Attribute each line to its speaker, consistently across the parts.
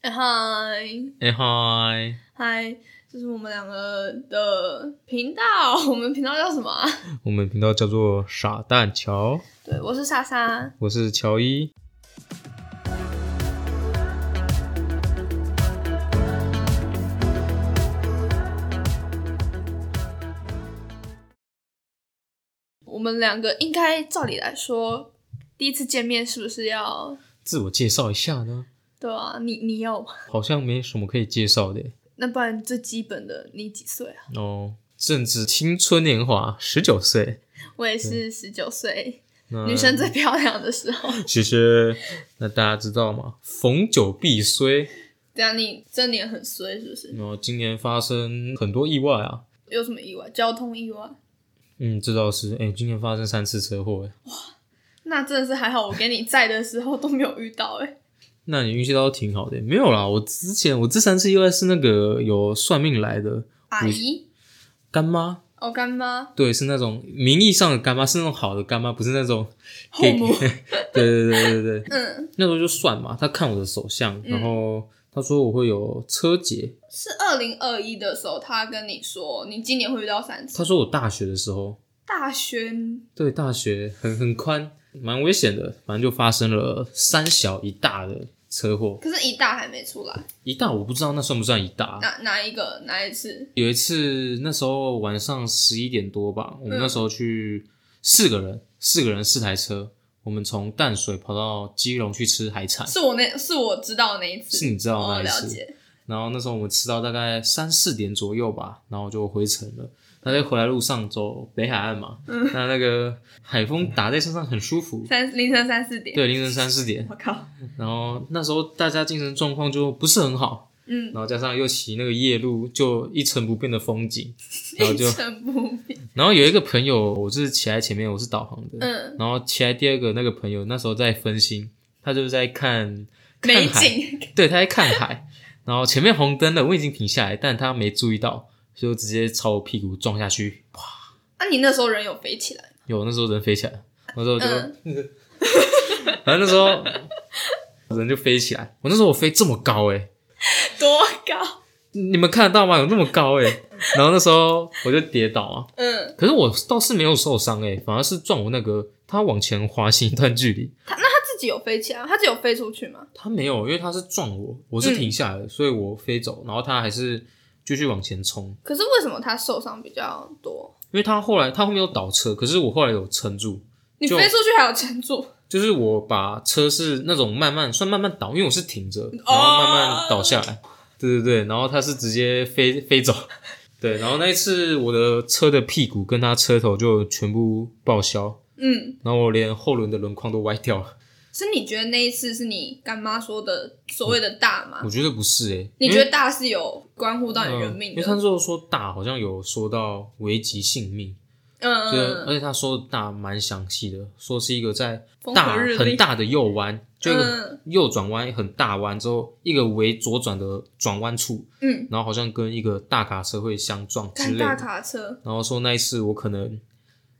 Speaker 1: 哎嗨
Speaker 2: 哎嗨，
Speaker 1: 嗨，这是我们两个的频道， 我们频道叫什么啊、
Speaker 2: 我们频道叫做傻蛋乔，
Speaker 1: 对，我是莎莎。
Speaker 2: 我是乔伊。
Speaker 1: 我们两个应该照理来说，第一次见面是不是要？
Speaker 2: 自我介绍一下呢，
Speaker 1: 对啊，你你要吗？
Speaker 2: 好像没什么可以介绍的
Speaker 1: 那不然最基本的，你几岁啊？
Speaker 2: 哦。正值青春年华，十九岁，
Speaker 1: 我也是十九岁，
Speaker 2: 那
Speaker 1: 女生最漂亮的时候。
Speaker 2: 其实那大家知道吗？逢九必衰。
Speaker 1: 这样你这年很衰是不是？
Speaker 2: 然后今年发生很多意外啊，
Speaker 1: 有什么意外？交通意外？
Speaker 2: 嗯，这倒是，哎、今年发生三次车祸，哎
Speaker 1: 那真的是还好，我跟你在的时候都没有遇到哎、
Speaker 2: 那你运气倒是挺好的。欸没有啦，我之前我这三次意外是那个有算命来的
Speaker 1: 阿姨，
Speaker 2: 干妈，
Speaker 1: 我干妈，
Speaker 2: 对，是那种名义上的干妈，是那种好的干妈，不是那种
Speaker 1: 后母
Speaker 2: 对对对对对，
Speaker 1: 嗯，
Speaker 2: 那时候就算嘛，他看我的手相，然后他说我会有车劫，
Speaker 1: 是二零二一的时候，他跟你说你今年会遇到三次
Speaker 2: 他。说我大学的时候，
Speaker 1: 大学
Speaker 2: 对大学很很宽，蛮危险的，反正就发生了三小一大的车祸，
Speaker 1: 可是一大还没出来，
Speaker 2: 一大我不知道那算不算一大。
Speaker 1: 哪哪一个哪一次？
Speaker 2: 有一次那时候晚上十一点多吧，我们
Speaker 1: 嗯
Speaker 2: 那时候去四个人，四个人四台车，我们从淡水跑到基隆去吃海产。
Speaker 1: 是我那是我知道的那一次，
Speaker 2: 是你知道的
Speaker 1: 哦，
Speaker 2: 那一次
Speaker 1: 了解。。
Speaker 2: 然后那时候我们吃到大概三四点左右吧，然后就回程了。那在回来路上走北海岸嘛，那那个海风打在身上很舒服
Speaker 1: 三凌晨三四点，
Speaker 2: 对，凌晨三四点，
Speaker 1: 我靠，
Speaker 2: 然后那时候大家精神状况就不是很好，
Speaker 1: 嗯，
Speaker 2: 然后加上又骑那个夜路，就一成不变的风景， 然后就
Speaker 1: 一成不 变。
Speaker 2: 然后有一个朋友，我是骑在前面，我是导航的，
Speaker 1: 嗯，
Speaker 2: 然后骑在第二个那个朋友那时候在分心，他就是在看看
Speaker 1: 美
Speaker 2: 海
Speaker 1: 景，
Speaker 2: 对，他在看海， 然后前面红灯了，我已经停下来，但他没注意到，就直接朝我屁股撞下去。
Speaker 1: 那、啊你那时候人有飞起来？
Speaker 2: 有那时候人飞起来，那时候就，
Speaker 1: 嗯
Speaker 2: 反正那时候人就飞起来。我那时候我飞这么高诶、欸
Speaker 1: 多高？
Speaker 2: 你们看得到吗？有那么高诶、然后那时候我就跌倒啊，
Speaker 1: 嗯，
Speaker 2: 可是我倒是没有受伤诶、反而是撞我那个他往前滑行一段距离，
Speaker 1: 他自己有飞起来，他自己有飞出去吗？
Speaker 2: 他没有，因为他是撞我，我是停下来的，所以我飞走，然后他还是继续往前冲。
Speaker 1: 可是为什么他受伤比较多？
Speaker 2: 因为他后来他后面有倒车，可是我后来有撑住，
Speaker 1: 你
Speaker 2: 就
Speaker 1: 飞出去还有撑住？
Speaker 2: 就是我把车是那种慢慢算慢慢倒，因为我是挺
Speaker 1: 哦
Speaker 2: 着，然后慢慢倒下来。对对对，然后他是直接飞飞走。 对，然后那一次我的车的屁股跟他车头就全部报销，
Speaker 1: 嗯，
Speaker 2: 然后我连后轮的轮框都歪掉了。
Speaker 1: 是你觉得那一次是你干妈说的所谓的大吗
Speaker 2: 我？觉得不是诶、
Speaker 1: 啊你
Speaker 2: 因为
Speaker 1: 觉得大是有关乎到你
Speaker 2: 嗯
Speaker 1: 人命
Speaker 2: 因为
Speaker 1: 的？
Speaker 2: 他那时候说大好像有说到危及性命，
Speaker 1: 嗯，
Speaker 2: 对，
Speaker 1: 嗯
Speaker 2: 而且他说的大蛮详细的，说是一个在
Speaker 1: 风
Speaker 2: 大
Speaker 1: 和日丽
Speaker 2: 很大的右弯，就一
Speaker 1: 嗯
Speaker 2: 个右转弯很大弯之后，一个为左转的转弯处，
Speaker 1: 嗯，
Speaker 2: 然后好像跟一个大卡车会相撞之
Speaker 1: 看
Speaker 2: 类
Speaker 1: 大
Speaker 2: 的。
Speaker 1: 卡车，
Speaker 2: 然后说那一次我可能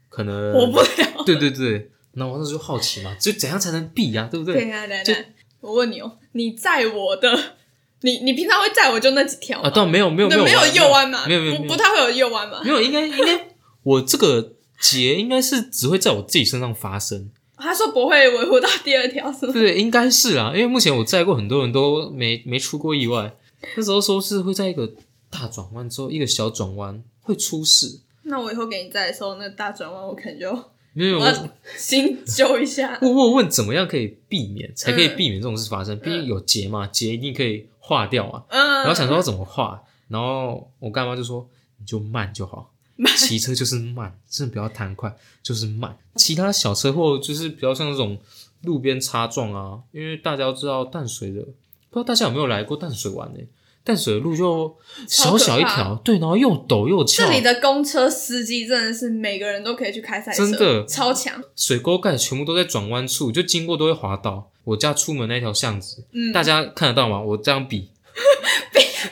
Speaker 2: 可能
Speaker 1: 活不了。
Speaker 2: 对对对，那我那时候就好奇嘛，就怎样才能避呀、对不对？
Speaker 1: 对啊，来
Speaker 2: 就
Speaker 1: 来，我问你哦，你载我的，你你平常会载我就那几条
Speaker 2: 啊，
Speaker 1: 吗？
Speaker 2: 倒没有没有
Speaker 1: 对，没
Speaker 2: 没
Speaker 1: 有
Speaker 2: 有
Speaker 1: 右弯嘛，
Speaker 2: 没有没有
Speaker 1: 不
Speaker 2: 没
Speaker 1: 不
Speaker 2: 有
Speaker 1: 太会有右弯嘛
Speaker 2: 没。有，应该应该我这个劫应该是只会在我自己身上发生。
Speaker 1: 他说不会维护到第二条是吗？
Speaker 2: 对，应该是啊啦，因为目前我载过很多人都没没出过意外。那时候说是会在一个大转弯之后，一个小转弯会出事，
Speaker 1: 那我以后给你载的时候，那大转弯我可能就
Speaker 2: 没有
Speaker 1: 我
Speaker 2: 我
Speaker 1: 要新修一下。
Speaker 2: 我我问怎么样可以避免，才可以
Speaker 1: 嗯
Speaker 2: 避免这种事发生？毕竟有结嘛，结一定可以化掉啊。
Speaker 1: 嗯，
Speaker 2: 然后想说要怎么化，然后我干妈就说你就慢就好，骑车就是慢，真的不要贪快，就是慢。其他小车祸就是比较像那种路边擦撞啊，因为大家都知道淡水的，不知道大家有没有来过淡水玩呢、欸淡水的路就
Speaker 1: 超
Speaker 2: 小
Speaker 1: 可
Speaker 2: 小一
Speaker 1: 怕
Speaker 2: 条，对，然后又陡又
Speaker 1: 这
Speaker 2: 翘，
Speaker 1: 里的公车司机真的是每个人都可以去开赛车，
Speaker 2: 真的
Speaker 1: 超强。
Speaker 2: 水沟盖全部都在转弯处，就经过都会滑倒。我家出门那条巷子，
Speaker 1: 嗯，
Speaker 2: 大家看得到吗？我这样比，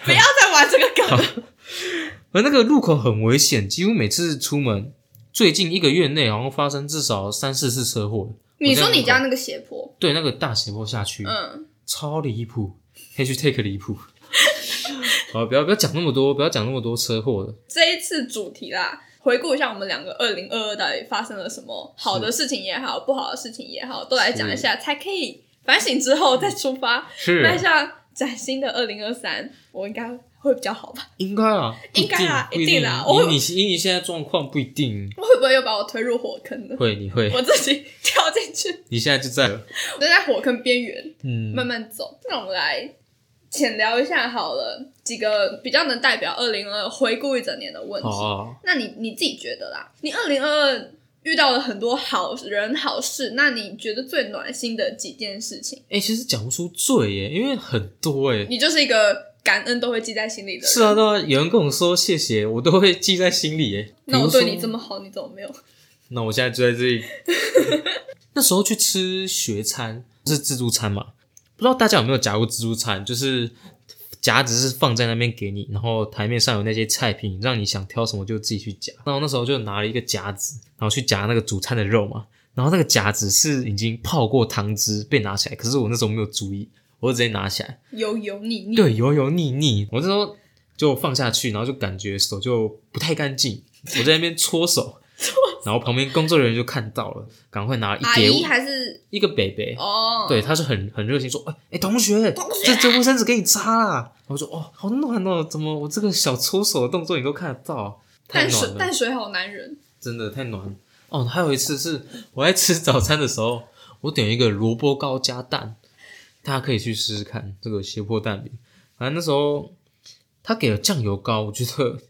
Speaker 1: 不要再玩这个梗了。
Speaker 2: 而那个路口很危险，几乎每次出门，最近一个月内好像发生至少三四次车祸。
Speaker 1: 你说
Speaker 2: 我在
Speaker 1: 你
Speaker 2: 门口
Speaker 1: 家那个斜坡，
Speaker 2: 对那个大斜坡下去，
Speaker 1: 嗯，
Speaker 2: 超离谱，#take 离谱。 好，不要不要讲那么多，不要讲那么多车祸了。
Speaker 1: 这一次主题啦，回顾一下我们两个二零二二到底发生了什么好的事情也好，不好的事情也好，都来讲一下，才可以反省之后再出发，
Speaker 2: 是
Speaker 1: 迈向崭新的二零二三。我应该会比较好吧？
Speaker 2: 应该啊，不
Speaker 1: 应该啊
Speaker 2: 一
Speaker 1: 一定啊
Speaker 2: 啦。
Speaker 1: 我
Speaker 2: 以你以你现在状况不一定
Speaker 1: 我会不会又把我推入火坑呢？
Speaker 2: 会，你会，
Speaker 1: 我自己 跳进去，
Speaker 2: 你现在就在了，
Speaker 1: 我就在火坑边缘
Speaker 2: 嗯，
Speaker 1: 慢慢走。那我们来浅聊一下好了，几个比较能代表二零二回顾一整年的问题。
Speaker 2: 好啊。
Speaker 1: 那你你自己觉得啦？你二零二二遇到了很多好人好事，那你觉得最暖心的几件事情？
Speaker 2: 哎、其实讲不出罪耶，因为很多哎。
Speaker 1: 你就是一个感恩都会记在心里的人。
Speaker 2: 是啊，对啊，有人跟我说谢谢，我都会记在心里耶。
Speaker 1: 那我
Speaker 2: 比如
Speaker 1: 对
Speaker 2: 说
Speaker 1: 你这么好，你怎么没有？
Speaker 2: 那我现在就 在这里。那时候去吃学餐是自助餐嘛？不知道大家有没有夹过自助餐？就是夹子是放在那边给你，然后台面上有那些菜品，让你想挑什么就自己去夹。然后那时候就拿了一个夹子，然后去夹那个主餐的肉嘛。然后那个夹子是已经泡过汤汁被拿起来，可是我那时候没有注意，我就直接拿起来，
Speaker 1: 油油腻腻，
Speaker 2: 对，油油腻腻。我这时候就放下去，然后就感觉手就不太干净，我在那边搓手，然后旁边工作人员就看到了，赶快拿一
Speaker 1: 阿
Speaker 2: 叠
Speaker 1: 姨还是
Speaker 2: 一个北北。
Speaker 1: 哦，
Speaker 2: 对，他是很很热情说，哎、哎、同学，这这卫生纸给你擦啦、然后我说，哦，好暖哦，怎么我这个小搓手的动作你都看得到，太
Speaker 1: 淡水
Speaker 2: 暖了，
Speaker 1: 淡水好男人，
Speaker 2: 真的太暖了。哦，还有一次是我在吃早餐的时候，我点一个萝卜糕加蛋，大家可以去试试看这个斜坡蛋饼。反正那时候他给了酱油膏，我觉得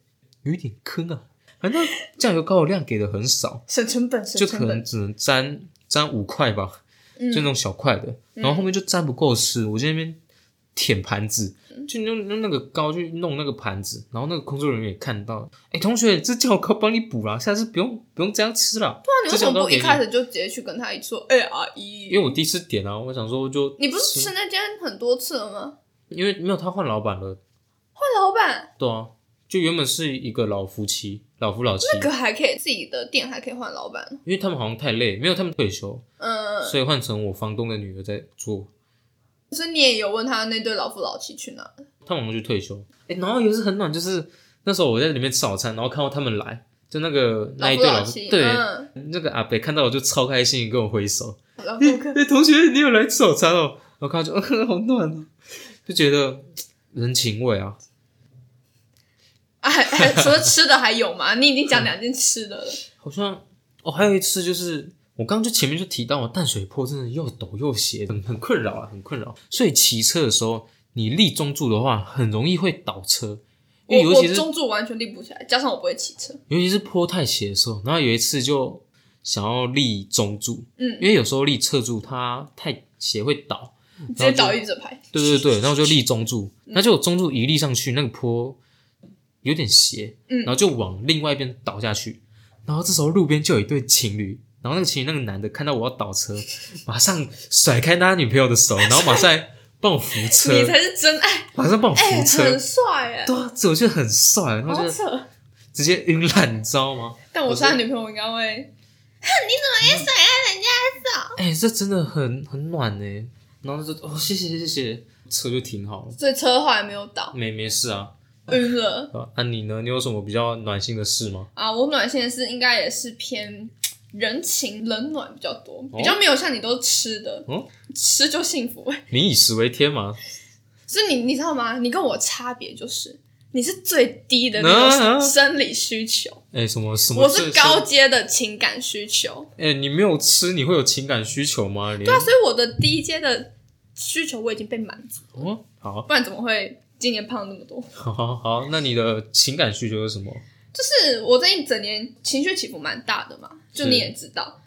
Speaker 2: 有一点坑啊。反正酱油膏的量给的很少，
Speaker 1: 省成本，省
Speaker 2: 就可
Speaker 1: 成
Speaker 2: 能
Speaker 1: 本。
Speaker 2: 只能沾沾五块吧，
Speaker 1: 嗯
Speaker 2: 就那种小块的。然后后面就沾不够吃，我就在那边舔盘子，
Speaker 1: 嗯
Speaker 2: 就用用那个膏去弄那个盘子。然后那个工作人员也看到了，哎、同学，这酱油膏帮你补啦，下次不用不用这样吃啦。
Speaker 1: 啊那你为
Speaker 2: 这
Speaker 1: 什
Speaker 2: 酱
Speaker 1: 么
Speaker 2: 油膏
Speaker 1: 不
Speaker 2: 给
Speaker 1: 一
Speaker 2: 你
Speaker 1: 开始就直接去跟他一说？哎、阿姨，
Speaker 2: 因为我第一次点啊，我想说就
Speaker 1: 你不是吃那间很多次了吗？
Speaker 2: 因为没有他换老板了，
Speaker 1: 换老板，
Speaker 2: 对啊，就原本是一个老夫妻，老夫老妻，
Speaker 1: 那个还可以自己的店还可以换老板，
Speaker 2: 因为他们好像太累，没有他们退休，
Speaker 1: 嗯，
Speaker 2: 所以换成我房东的女儿在做，
Speaker 1: 可是你也有问他那对老夫老妻去哪了？
Speaker 2: 他们好像去退休。哎、然后也是很暖，就是那时候我在里面吃早餐，然后看到他们来，就那个那一
Speaker 1: 夫
Speaker 2: 对老
Speaker 1: 老
Speaker 2: 夫
Speaker 1: 妻，
Speaker 2: 对、
Speaker 1: 嗯，
Speaker 2: 那个阿北看到我就超开心，跟我挥手，
Speaker 1: 老
Speaker 2: 哎、
Speaker 1: 顾 客，
Speaker 2: 诶同学你有来吃早餐哦，我看到就、 嗯好暖哦，就觉得人情味啊，
Speaker 1: 啊，还还除了吃的还有吗？你已经讲两件吃的了，
Speaker 2: 好像哦，还有一次就是我刚刚就前面就提到了，淡水坡真的又陡又斜，很很困扰啊，很困扰。所以骑车的时候，你立中柱的话，很容易会倒车， 因为
Speaker 1: 我
Speaker 2: 尤其
Speaker 1: 我
Speaker 2: 是
Speaker 1: 中柱完全立不起来，加上我不会骑车，
Speaker 2: 尤其是坡太斜的时候。然后有一次就想要立中柱，
Speaker 1: 嗯，
Speaker 2: 因为有时候立侧柱它太斜会倒，
Speaker 1: 直接倒一整排，
Speaker 2: 对对对，然后我就立中柱，
Speaker 1: 嗯
Speaker 2: 那就中柱一立上去，那个坡有点斜，
Speaker 1: 嗯
Speaker 2: 然后就往另外一边倒下去。然后这时候路边就有一对情侣，然后那个情侣那个男的看到我要倒车， 马上甩开他女朋友的手，然后马上来帮我扶 车，
Speaker 1: 你才是真爱，
Speaker 2: 马上帮我
Speaker 1: 哎、
Speaker 2: 扶车，
Speaker 1: 很帅哎、
Speaker 2: 对啊，这我觉得很帅，然后
Speaker 1: 好
Speaker 2: 就
Speaker 1: 扯。
Speaker 2: 直接晕烂，你知道吗？
Speaker 1: 但我是他女朋友，我应该会，
Speaker 2: 哎、这真的很很暖呢。然后就哦，谢谢谢谢，车就停好了，
Speaker 1: 所以车后来没有倒，
Speaker 2: 没没事啊。
Speaker 1: 晕了
Speaker 2: 啊，啊你呢？你有什么比较暖心的事吗？
Speaker 1: 啊！我暖心的是应该也是偏人情冷暖比较多，比较没有像你都吃的，
Speaker 2: 哦
Speaker 1: 吃就幸福、
Speaker 2: 民以食为天嘛，
Speaker 1: 是你，你知道吗？你跟我差别就是，你是最低的
Speaker 2: 啊
Speaker 1: 那
Speaker 2: 啊
Speaker 1: 种生理需求，
Speaker 2: 哎、什么什么？
Speaker 1: 我是高。阶的情感需求。
Speaker 2: 哎、你没有吃，你会有情感需求吗？对
Speaker 1: 对啊，所以我的低阶的需求我已经被满足，
Speaker 2: 哦，好，
Speaker 1: 不然怎么会今年胖那么多？
Speaker 2: 好，好，好。那你的情感需求是什么？
Speaker 1: 就是我这一整年情绪起伏蛮大的嘛，就是你也知道。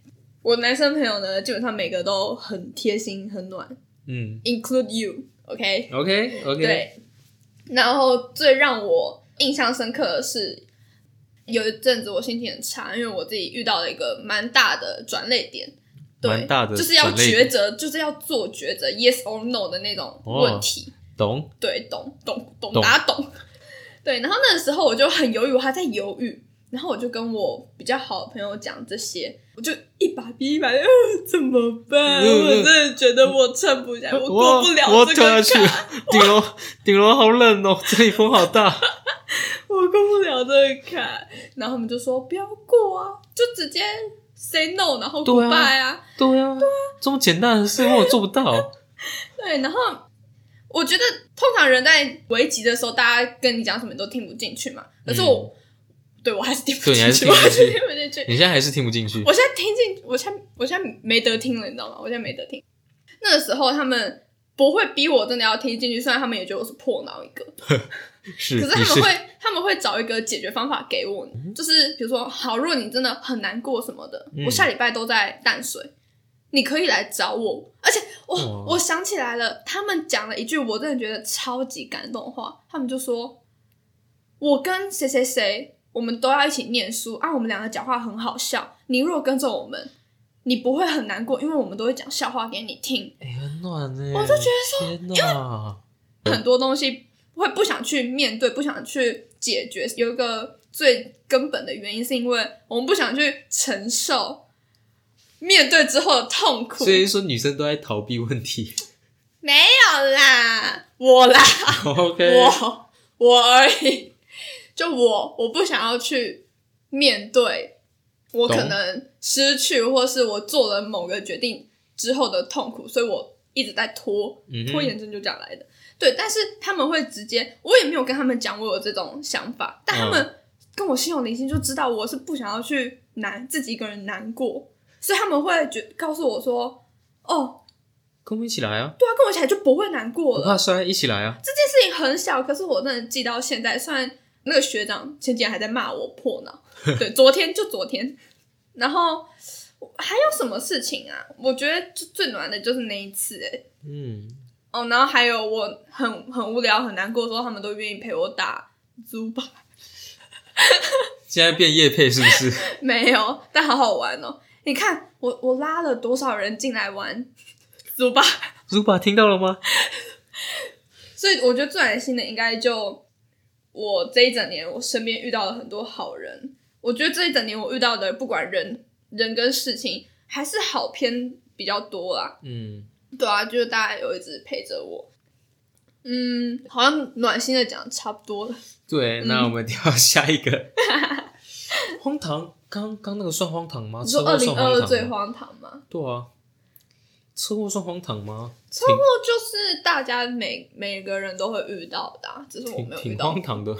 Speaker 1: 我男生朋友呢，基本上每个都很贴心、很暖
Speaker 2: 嗯
Speaker 1: ，include you，OK？、
Speaker 2: ，OK，OK，、
Speaker 1: 对，然后最让我印象深刻的是，有一阵子我心情很差，因为我自己遇到了一个蛮大的转类点，对
Speaker 2: 蛮，大的
Speaker 1: 就是要
Speaker 2: 转捩点
Speaker 1: 抉择，就是要做抉择，yes or no 的那种问题。
Speaker 2: 懂。
Speaker 1: 对，懂懂懂，
Speaker 2: 懂
Speaker 1: 大家懂。对，然后那个时候我就很犹豫，我还在犹豫，然后我就跟我比较好的朋友讲这些，我就一把鼻一把泪，呃，怎么办？
Speaker 2: 嗯嗯
Speaker 1: 我真的觉得我撑不下，我过不
Speaker 2: 我
Speaker 1: 了这
Speaker 2: 跳
Speaker 1: 个
Speaker 2: 下去
Speaker 1: 坎，，
Speaker 2: 顶楼顶楼好冷哦，这里风好大。
Speaker 1: 我过不了这个坎。然后他们就说不要过啊，就直接 say no，然后
Speaker 2: 对啊
Speaker 1: goodbye 啊。
Speaker 2: 对啊，这么简单的事我做不到。
Speaker 1: 对，然后我觉得通常人在危急的时候，大家跟你讲什么你都听不进去嘛。可是我，对我还是听不
Speaker 2: 对你还
Speaker 1: 进去，
Speaker 2: 是听
Speaker 1: 我
Speaker 2: 不
Speaker 1: 还是
Speaker 2: 进去
Speaker 1: 听不进去。
Speaker 2: 你现在还是听不进去
Speaker 1: 我现在听进，我现在我现在没得听了，你知道吗？我现在没得听。那个时候他们不会逼我真的要听进去，虽然他们也觉得我是破脑一个，
Speaker 2: 是
Speaker 1: 可是他
Speaker 2: 你
Speaker 1: 们会他们会找一个解决方法给我，就是比如说，好，如果你真的很难过什么的，
Speaker 2: 嗯
Speaker 1: 我下礼拜都在淡水，你可以来找我。而且我
Speaker 2: 哇
Speaker 1: 我想起来了，他们讲了一句我真的觉得超级感动的话，他们就说，我跟谁谁谁，我们都要一起念书啊，我们两个讲话很好笑，你如果跟着我们。你不会很难过，因为我们都会讲笑话给你听。
Speaker 2: 哎、很暖呢、
Speaker 1: 我就觉
Speaker 2: 得说，天哪，
Speaker 1: 很多东西会不想去面对，不想去解决。有一个最根本的原因，是因为我们不想去承受面对之后的痛苦
Speaker 2: 所。以说女生都在逃避问题。
Speaker 1: 没有啦，我啦，
Speaker 2: OK，
Speaker 1: 啊 我我而已，就我，我不想要去面对我可
Speaker 2: 懂
Speaker 1: 能失去，或是我做了某个决定之后的痛苦，所以我一直在拖。
Speaker 2: 嗯哼
Speaker 1: 拖延症就这样来的。对，但是他们会直接，我也没有跟他们讲我有这种想法，但他们跟我心有灵犀，就知道我是不想要去难自己一个人难过，所以他们会觉告诉我说：“哦，
Speaker 2: 跟我们一起来啊，
Speaker 1: 对啊，跟我起来就不会难过
Speaker 2: 不
Speaker 1: 了。
Speaker 2: 怕摔，一起来啊”。
Speaker 1: 这件事情很小，可是我真的记到现在。虽然那个学长前几天还在骂我破脑，对，昨天就昨天，然后。还有什么事情啊？我觉得最最暖的就是那一次、欸，
Speaker 2: 嗯，
Speaker 1: 哦，然后还有我很很无聊、很难过的时候，他们都愿意陪我打猪吧？
Speaker 2: 现在变夜配是不 是？
Speaker 1: 没有，但好好玩哦！你看我我拉了多少人进来玩猪吧？
Speaker 2: 如爸听到了吗？
Speaker 1: 所以我觉得最暖心的应该就我这一整年，我身边遇到了很多好人。我觉得这一整年我遇到的，不管人人跟事情，还是好偏比较多啦。
Speaker 2: 嗯，
Speaker 1: 对啊，就是大家有一直陪着我。嗯，好像暖心的讲差不多了。
Speaker 2: 对，
Speaker 1: 嗯
Speaker 2: 那我们跳下 一个。荒唐，刚刚那个算荒唐吗？
Speaker 1: 你
Speaker 2: 车
Speaker 1: 说二
Speaker 2: 祸
Speaker 1: 零
Speaker 2: 算
Speaker 1: 二二
Speaker 2: 荒
Speaker 1: 最
Speaker 2: 唐吗？
Speaker 1: 荒唐吗？
Speaker 2: 对啊，车祸算荒唐吗？
Speaker 1: 车祸就是大家每每个人都会遇到的、啊，只是我
Speaker 2: 挺
Speaker 1: 没有遇
Speaker 2: 挺
Speaker 1: 到，
Speaker 2: 荒唐的。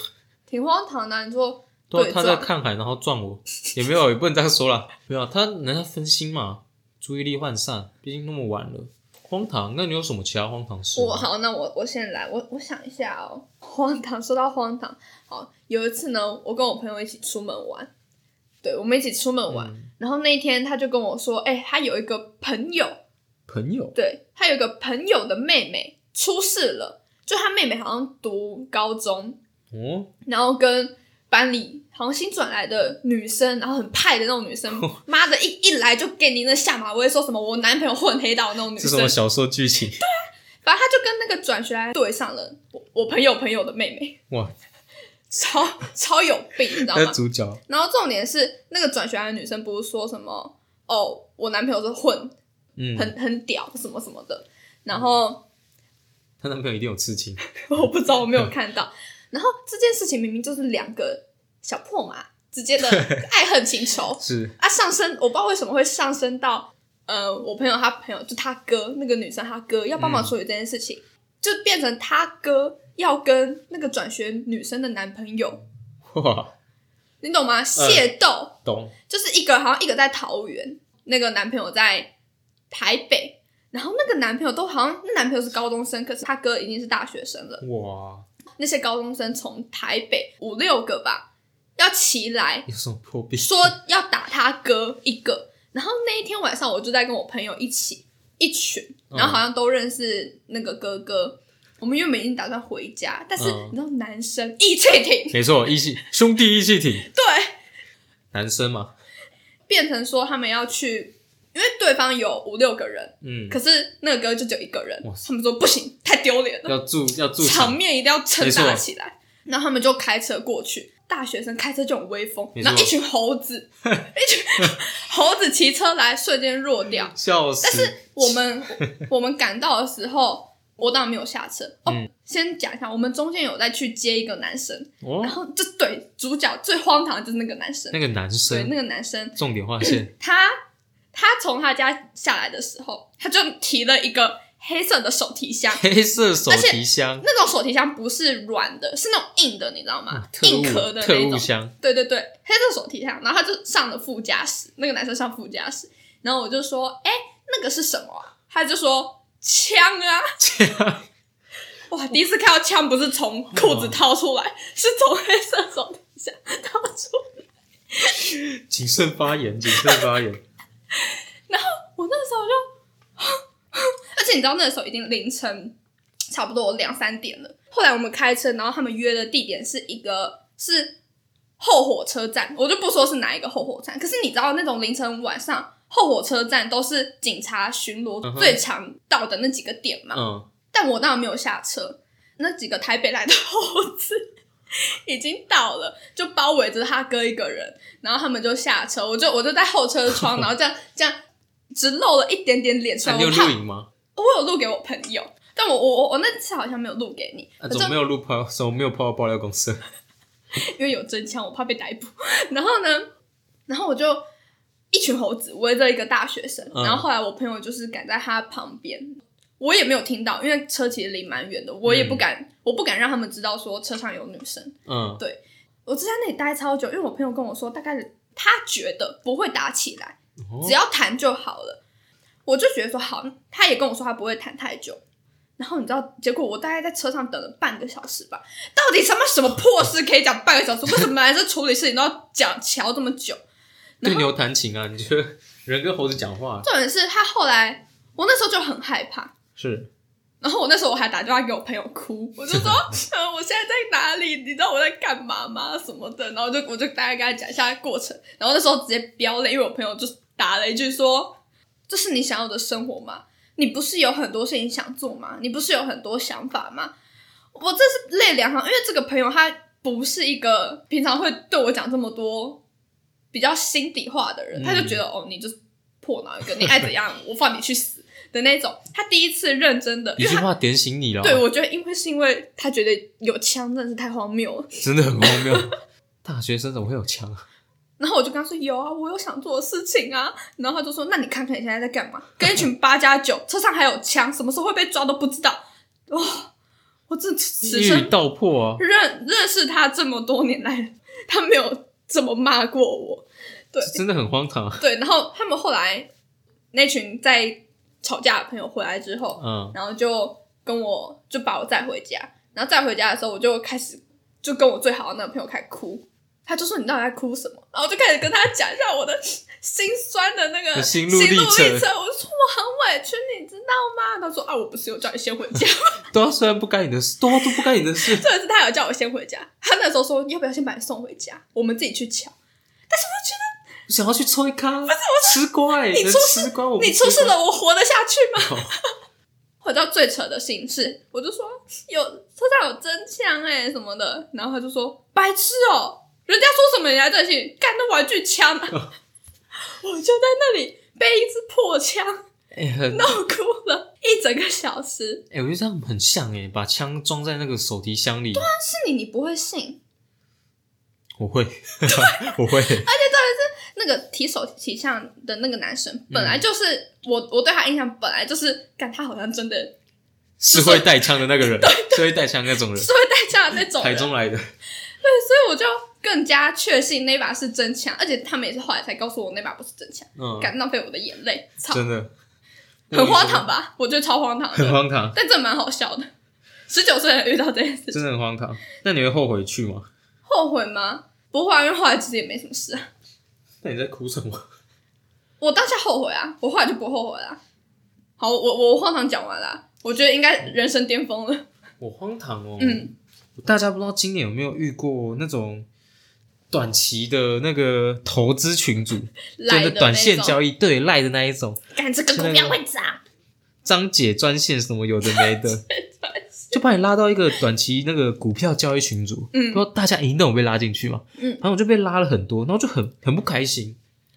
Speaker 1: 挺荒唐的啊、你说
Speaker 2: 对啊
Speaker 1: 对，
Speaker 2: 他在
Speaker 1: 撞
Speaker 2: 看海，然后撞我，也没有，也不 能这样说啦。没有啊，他人家分心嘛，注意力涣散，毕竟那么晚了，荒唐。那你有什么其他荒唐事吗？
Speaker 1: 我好，那我我先来，我我想一下哦。荒唐，说到荒唐，好，有一次呢，我跟我朋友一起出门玩，对，我们一起出门玩，
Speaker 2: 嗯
Speaker 1: 然后那一天他就跟我说，哎、他有一个朋友，
Speaker 2: 朋友，
Speaker 1: 对他有一个朋友的妹妹出事了，就他妹妹好像读高中，
Speaker 2: 哦，
Speaker 1: 然后跟班里好像新转来的女生，然后很派的那种女生，
Speaker 2: 哦
Speaker 1: 妈的一一来就给你那下马威，说什么我男朋友混黑道那种女
Speaker 2: 这
Speaker 1: 生
Speaker 2: 什，么小说 剧情？
Speaker 1: 反正她就跟那个转学来对上了我我朋友朋友的妹妹，
Speaker 2: 哇，
Speaker 1: 超超有病，你知道
Speaker 2: 那
Speaker 1: 吗？
Speaker 2: 主角
Speaker 1: 然后重点是那个转学来的女生不是说什么哦，我男朋友是混
Speaker 2: 嗯，
Speaker 1: 很很屌什么什么的，然后。
Speaker 2: 她男朋友一定有刺青，
Speaker 1: 我不知道，我没有 看到。然后这件事情明明就是两个小破马之间的 爱恨情仇
Speaker 2: 是
Speaker 1: 啊，上升我不知道为什么会上升到呃，我朋友他朋友就他哥那个女生他哥要帮忙处理这件事情，就变成他哥要跟那个转学女生的男朋友，
Speaker 2: 哇，
Speaker 1: 你懂吗？械斗、
Speaker 2: 懂
Speaker 1: 就是一个好像一个在桃园，那个男朋友在台北。然后那个男朋友都好像，那男朋友是高中生，可是他哥已经是大学生了。
Speaker 2: 哇，
Speaker 1: 那些高中生从台北五六个吧，要齐来
Speaker 2: 有什么破病？
Speaker 1: 说要打他哥一个。然后那一天晚上，我就在跟我朋友一起一群，
Speaker 2: 嗯
Speaker 1: 然后好像都认识那个哥哥。我们原本已经打算回家，但是
Speaker 2: 嗯
Speaker 1: 你知道男生义气挺，
Speaker 2: 没错，义气兄弟义气挺，
Speaker 1: 对，
Speaker 2: 男生嘛，
Speaker 1: 变成说他们要去，因为对方有五六个人，
Speaker 2: 嗯
Speaker 1: 可，是那个哥就只有一个人
Speaker 2: 哇，塞
Speaker 1: 他们说不行，太丢脸了，
Speaker 2: 要住要住
Speaker 1: 场
Speaker 2: 场，
Speaker 1: 面一定要撑
Speaker 2: 没
Speaker 1: 大
Speaker 2: 错
Speaker 1: 起来。然后他们就开车过去。大学生开车就很威风，
Speaker 2: 没错
Speaker 1: 然后一群猴子，一 群猴子骑车来，瞬间弱掉。
Speaker 2: 笑死！
Speaker 1: 但是我们 我们赶到的时候，我当然没有下车哦。
Speaker 2: 嗯
Speaker 1: 先讲一下，我们中间有再去接一个男生，
Speaker 2: 哦
Speaker 1: 然，后就对主角最荒唐的就是那个男生，
Speaker 2: 那个男
Speaker 1: 对
Speaker 2: 生
Speaker 1: 那个男生，
Speaker 2: 重点划线
Speaker 1: 他他从他家下来的时候，他就提了一个黑色的手提 箱，
Speaker 2: 黑色手
Speaker 1: 而且
Speaker 2: 提箱，
Speaker 1: 那种手提箱不是软的，是那种硬的，你知道吗？
Speaker 2: 啊特
Speaker 1: 硬
Speaker 2: 务
Speaker 1: 壳的
Speaker 2: 特
Speaker 1: 那
Speaker 2: 务
Speaker 1: 种。
Speaker 2: 箱，
Speaker 1: 对对对，黑色手提箱，然后他就上了副驾驶，那个男生上副驾驶，然后我就说，哎、那个是什么啊、他就说枪啊， 哇，第一次看到枪不是从裤
Speaker 2: 嗯
Speaker 1: 子掏出来，是从黑色手提箱掏出来。
Speaker 2: 谨慎发言，谨慎发言。
Speaker 1: 我那时候就， 而且你知道那时候已经凌晨差不多两三点了。后来我们开车，然后他们约的地点是一个是后火车站，我就不说是哪一个后火车站。可是你知道那种凌晨晚上后火车站都是警察巡
Speaker 2: 嗯
Speaker 1: 逻
Speaker 2: 哼
Speaker 1: 最常到的那几个点嘛。
Speaker 2: 嗯，
Speaker 1: 但我当然没有下车。那几个台北来的猴子已经到了，就包围着他哥一个人，然后他们就下车，我就我就在后车窗，然后这样这样只露了一点点脸出
Speaker 2: 啊
Speaker 1: 来。
Speaker 2: 你有
Speaker 1: 我
Speaker 2: 录
Speaker 1: 怕
Speaker 2: 影吗？
Speaker 1: 我有录给我朋友，但我我我我那次好像没有录给你，
Speaker 2: 啊，
Speaker 1: 反
Speaker 2: 怎么
Speaker 1: 正
Speaker 2: 没有录跑？怎么没有跑到爆料公司？
Speaker 1: 因为有真枪，我怕被逮捕。 然后呢，然后我就一群猴子围着一个大学生，
Speaker 2: 嗯
Speaker 1: 然后后来我朋友就是赶在他旁边，我也没有听到，因为车其实离蛮远的，我也不敢，我不敢让他们知道说车上有女生。
Speaker 2: 嗯，
Speaker 1: 我就在那里待超久，因为我朋友跟我说，大概他觉得不会打起来，
Speaker 2: 哦
Speaker 1: 只要谈就好了。我就觉得说好，他也跟我说他不会谈太久。然后你知道，结果我大概在车上等了半个小时吧。到底什么什么破事可以讲半个小时？为什么每次处理事情都要讲瞧这么久？
Speaker 2: 对牛弹琴啊，你觉得人跟猴子讲话啊
Speaker 1: 重点是他后来，我那时候就很害怕。
Speaker 2: 是
Speaker 1: 然后我那时候我还打电话给我朋友哭，我就说，呃，我现在在哪里？你知道我在干嘛吗？什么的。然后我就我就大概跟他讲一下过程。然后那时候直接飙泪，因为我朋友就打了一句说：“这是你想要的生活吗？你不是有很多事情想做吗？你不是有很多想法吗？”我这是泪两行，因为这个朋友他不是一个平常会对我讲这么多比较心底话的人，
Speaker 2: 嗯
Speaker 1: 他就觉得哦，你就是破脑一个，你爱怎样我放你去死的那种。他第一次认真的，
Speaker 2: 一
Speaker 1: 因为
Speaker 2: 句
Speaker 1: 他
Speaker 2: 话点醒你了，
Speaker 1: 对我觉得，因为是因为他觉得有枪真的是太荒谬了。
Speaker 2: 真的很荒谬。 大学生怎么会有枪啊？
Speaker 1: 然后我就跟他说有啊，我有想做的事情啊。然后他就说，那你看看你现在在干嘛？跟一群八加九，车上还有枪，什么时候会被抓都不知道。哇、我这此
Speaker 2: 一语
Speaker 1: 生
Speaker 2: 道破啊！
Speaker 1: 认认识他这么多年来，他没有这么骂过我。对
Speaker 2: 真的很荒唐啊。
Speaker 1: 对，然后他们后来那群在吵架的朋友回来之后，
Speaker 2: 嗯，
Speaker 1: 然后就跟我就把我载回家，然后载回家的时候，我就开始就跟我最好的那个朋友开始哭，他就说你到底在哭什么？然后我就开始跟他讲一下我的心酸的那个
Speaker 2: 心路
Speaker 1: 路
Speaker 2: 历程
Speaker 1: 我就说我很委屈，你知道吗？他说啊，我不是有叫你先回家，，
Speaker 2: 对啊，虽然不干你的事，对啊，都不干你的事
Speaker 1: 这是他有叫我先回家，他那时候说要不要先把你送回家，我们自己去抢。
Speaker 2: 想要去抽一咖，吃瓜哎，
Speaker 1: 你
Speaker 2: 能
Speaker 1: 出
Speaker 2: 吃瓜，我不
Speaker 1: 你出事
Speaker 2: 吃瓜，
Speaker 1: 了，我活得下去吗
Speaker 2: 哦？
Speaker 1: 回到最扯的形式，我就说有车上有真枪哎、什么的，然后他就说白痴哦、人家说什么你还在信，干那玩具枪啊！
Speaker 2: 哦
Speaker 1: 我就在那里被一支破枪
Speaker 2: 哎，很
Speaker 1: 闹哭了一整个小时。
Speaker 2: 哎，我觉得这样很像哎，把枪装在那个手提箱里，
Speaker 1: 是你，你不会信。
Speaker 2: 我会， 我会，
Speaker 1: 那个提手提箱的那个男生，本
Speaker 2: 嗯
Speaker 1: 来就是、我，我对他印象本来就是，干他好像真的
Speaker 2: 是会带枪的那个人，是会带枪那种人，
Speaker 1: 是会带枪的那种
Speaker 2: 台
Speaker 1: 人。
Speaker 2: 中来 的，
Speaker 1: 所以我就更加确信那把是真枪，而且他们也是后来才告诉我那把不是真枪，
Speaker 2: 嗯，
Speaker 1: 感浪费我的眼泪，操，
Speaker 2: 真的
Speaker 1: 很荒唐，吧？我觉得超荒唐
Speaker 2: 很
Speaker 1: 的，
Speaker 2: 荒唐。
Speaker 1: 但这蛮好笑的。十九岁才遇到这件事，
Speaker 2: 真的很荒唐。那你会后悔去吗？
Speaker 1: 后悔吗？不会啊，因为后来其实也没什么事啊。
Speaker 2: 那你在哭什么？
Speaker 1: 我当下后悔啊，我后来就不后悔啦。好，我我我荒唐讲完啦，我觉得应该人生巅峰了。
Speaker 2: 我荒唐哦。
Speaker 1: 嗯，
Speaker 2: 大家不知道今年有没有遇过那种短期的那个投资群组，
Speaker 1: 来
Speaker 2: 真的
Speaker 1: 的
Speaker 2: 短线
Speaker 1: 那种
Speaker 2: 交易，对赖的那一种，
Speaker 1: 干这个
Speaker 2: 是那
Speaker 1: 股票
Speaker 2: 种
Speaker 1: 会涨，
Speaker 2: 张姐专线什么有的没的，就就把你拉到一个短期那个股票交易群组，
Speaker 1: 嗯
Speaker 2: 不知道大家一定有被拉进去嘛，
Speaker 1: 嗯
Speaker 2: 然后我就被拉了很多，然后就很很不开心，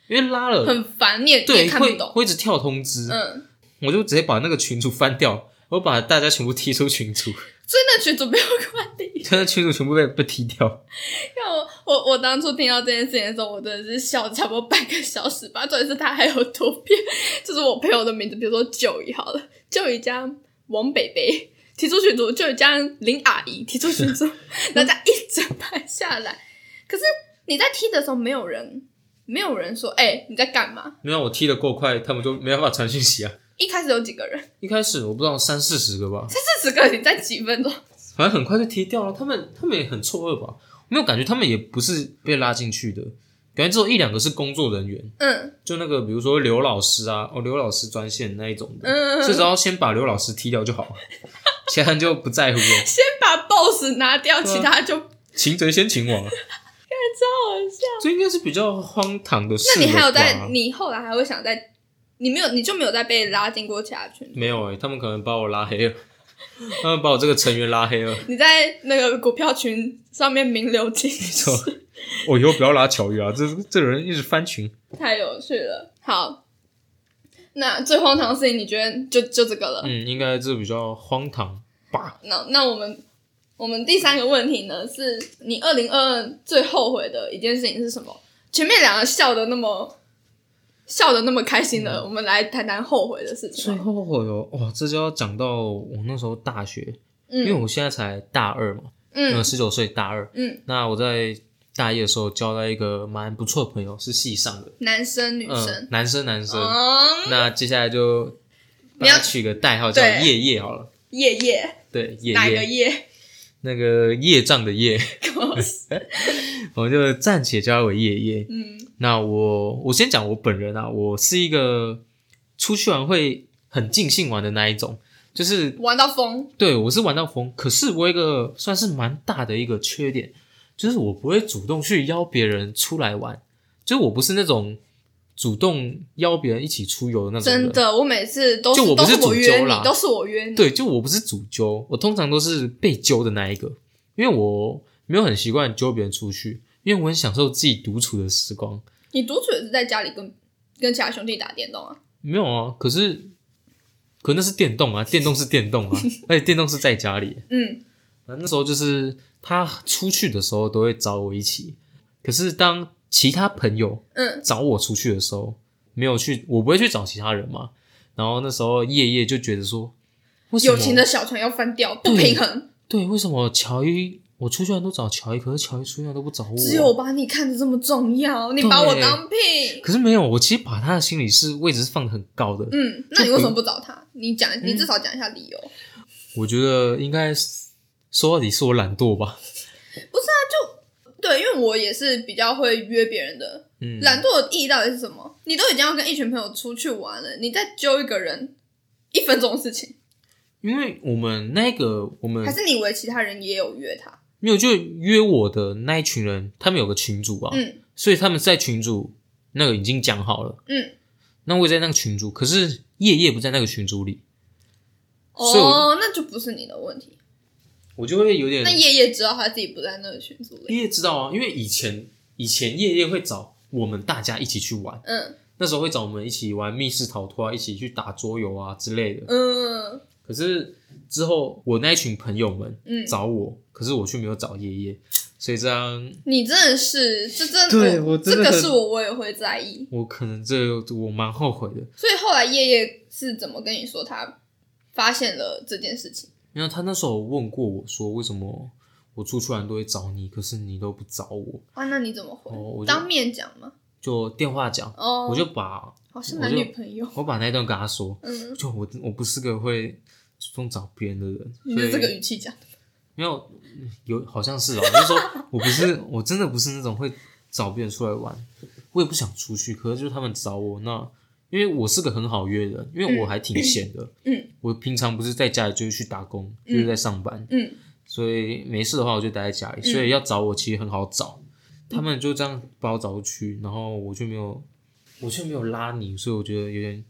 Speaker 2: 因为拉了
Speaker 1: 很烦，你也你也
Speaker 2: 对
Speaker 1: 看不
Speaker 2: 会
Speaker 1: 懂。
Speaker 2: 会一直跳通知，
Speaker 1: 嗯，
Speaker 2: 我就直接把那个群主翻掉，我把大家全部踢出 群主，
Speaker 1: 所以那群主没有管理。
Speaker 2: 现在群主全部被被踢掉，
Speaker 1: 像我我我当初听到这件事情的时候，我真的是笑差不多半个小时吧。重点是他还有图片，就是我朋友的名字，比如说九姨好了，九姨加王北北提出群组，九姨加林阿姨提出群 组，然后这样一整排下来。可是你在踢的时候，没有人没有人说，哎、你在干嘛？
Speaker 2: 因为我踢得够快，他们就没办法传讯息啊。
Speaker 1: 一开始有几个人？
Speaker 2: 一开始我不知道三四十个吧，
Speaker 1: 四十个人，你在几分钟？
Speaker 2: 反正很快就踢掉了。他们他们也很错愕吧？我没有感觉他们也不是被拉进去的，感觉只有一两个是工作人员，
Speaker 1: 嗯
Speaker 2: 就那个比如说刘老师啊，哦刘老师专线那一种的，
Speaker 1: 嗯，
Speaker 2: 这只要先把刘老师踢掉就好 了，其他人就不在乎了。
Speaker 1: 先把 BOSS 拿掉，
Speaker 2: 对啊
Speaker 1: 其他就
Speaker 2: 擒贼先擒王，这应该是比较荒唐的事
Speaker 1: 那
Speaker 2: 了吧。
Speaker 1: 你还有在？你后来还会想在？你没有，你就没有再被拉进过啊其他群组？
Speaker 2: 没有欸诶、他们可能把我拉黑了， 他们把我这个成员拉 黑了。
Speaker 1: 你在那个股票群上面名流尽失
Speaker 2: 错，我哦以后不要拉乔宇啊，这这人一直翻群。
Speaker 1: 太有趣了。好，那最荒唐的事情，你觉得就就这个了？
Speaker 2: 嗯，应该这比较荒唐吧？
Speaker 1: 那那我们我们第三个问题呢，是你二零二二最后悔的一件事情是什么？前面两个笑的那么笑的那么开心的，
Speaker 2: 嗯
Speaker 1: 我们来谈谈后悔的事情
Speaker 2: 最
Speaker 1: 吧。
Speaker 2: 后悔哦，哇，这就要讲到我那时候大学，因为
Speaker 1: 嗯
Speaker 2: 我现在才大二嘛，嗯，
Speaker 1: 嗯
Speaker 2: 十九岁大二。
Speaker 1: 嗯，
Speaker 2: 那我在大一的时候交到一个蛮不错的朋友，是系上的，
Speaker 1: 男生女
Speaker 2: 嗯
Speaker 1: 生，，
Speaker 2: 男生男生。
Speaker 1: 嗯，
Speaker 2: 那接下来就
Speaker 1: 你
Speaker 2: 帮
Speaker 1: 要
Speaker 2: 他取个代号叫
Speaker 1: 对
Speaker 2: 叶叶好了，
Speaker 1: 夜夜
Speaker 2: 对，叶
Speaker 1: 哪个
Speaker 2: 叶
Speaker 1: 夜？
Speaker 2: 那个业障的 业， 我就暂且叫他为叶叶。
Speaker 1: 嗯
Speaker 2: 那我我先讲我本人啊，我是一个出去玩会很尽兴玩的那一种，就是
Speaker 1: 玩到疯，
Speaker 2: 对我是玩到疯。可是我有一个算是蛮大的一个缺点，就是我不会主动去邀别人出来玩，就是我不是那种主动邀别人一起出哦游的那种人
Speaker 1: 真的，我每次都
Speaker 2: 就我不
Speaker 1: 都
Speaker 2: 是
Speaker 1: 是我
Speaker 2: 主
Speaker 1: 约
Speaker 2: 揪
Speaker 1: 你
Speaker 2: 啦，
Speaker 1: 都是我约你，
Speaker 2: 对，就我不是主揪，我通常都是被揪的那一个，因为我没有很习惯揪别人出去，因为我很享受自己独处的时光。
Speaker 1: 你独处也是在家里跟跟其他兄弟打电动啊？
Speaker 2: 没有啊，可是可那是电动啊，电动是电动啊， 而且电动是在家里。
Speaker 1: 嗯
Speaker 2: 啊那时候就是他出去的时候都会找我一起，可是当其他朋友
Speaker 1: 嗯
Speaker 2: 找我出去的时候，没有去，我不会去找其他人嘛。然后那时候夜夜就觉得说，为什么
Speaker 1: 友情的小船要翻掉，不平衡，
Speaker 2: 对，为什么乔伊我出去玩都找乔伊，可是乔伊出去玩都不找我？
Speaker 1: 只有我把你看得这么重要，你
Speaker 2: 对
Speaker 1: 把我当屁。
Speaker 2: 可是没有，我其实把他的心理是位置是放的很嗯高的，
Speaker 1: 嗯，那你为什么不找他？你讲，你至少讲一下理由。
Speaker 2: 我觉得应该是说到底是我懒惰吧。
Speaker 1: 对，因为我也是比较会约别人的。
Speaker 2: 嗯，
Speaker 1: 懒惰的意义到底是什么？你都已经要跟一群朋友出去玩了，你再揪一个人，一分钟的事情，
Speaker 2: 因为我们那个我们
Speaker 1: 还是你以为其他人也有约他？
Speaker 2: 没有就约我的那一群人，他们有个群主啊，
Speaker 1: 嗯
Speaker 2: 所以他们在群主那个已经讲好了，
Speaker 1: 嗯，
Speaker 2: 那我也在那个群主，可是夜夜不在那个群组里，所以
Speaker 1: 哦，那就不是你的问题。
Speaker 2: 我就会有点
Speaker 1: 那夜夜知道他自己不在那个群组里，
Speaker 2: 夜夜知道啊，因为以前以前夜夜会找我们大家一起去玩，
Speaker 1: 嗯
Speaker 2: 那时候会找我们一起玩密室逃脱啊，一起去打桌游啊之类的。
Speaker 1: 嗯
Speaker 2: 可是之后我那一群朋友们
Speaker 1: 嗯，
Speaker 2: 找我，可是我却没有找夜夜，所以这样
Speaker 1: 你真的是，这真的，
Speaker 2: 对我
Speaker 1: 这
Speaker 2: 真
Speaker 1: 个
Speaker 2: 的很
Speaker 1: 是我我也会在意。
Speaker 2: 我可能这我蛮后悔的。
Speaker 1: 所以后来夜夜是怎么跟你说他发现了这件事情？
Speaker 2: 因为他那时候问过我说，为什么我出去玩都会找你，可是你都不找我，
Speaker 1: 啊，那你怎么回？
Speaker 2: 哦我就
Speaker 1: 当面讲吗？
Speaker 2: 就电话讲，
Speaker 1: 哦，
Speaker 2: 我就把
Speaker 1: 好像男女朋友，
Speaker 2: 我把那一段跟他说，
Speaker 1: 嗯，
Speaker 2: 就我我不是个会主动找别人的人，
Speaker 1: 你的这
Speaker 2: 所
Speaker 1: 个
Speaker 2: 以
Speaker 1: 语气讲，
Speaker 2: 没有嗯有好像是吧， 我就说我不是我真的不是那种会找别人出来玩，我也不想出去，可是就是他们找我那。因为我是个很好约的人，因为我还挺闲的。
Speaker 1: 嗯，
Speaker 2: 我平常不是在家里就是去打工，
Speaker 1: 嗯
Speaker 2: 就是在上班。
Speaker 1: 嗯，
Speaker 2: 所以没事的话我就待在家里，
Speaker 1: 嗯
Speaker 2: 所以要找我其实很好找，他们就这样把我找出去，然后我却没有，我却没有拉你，所以我觉得有点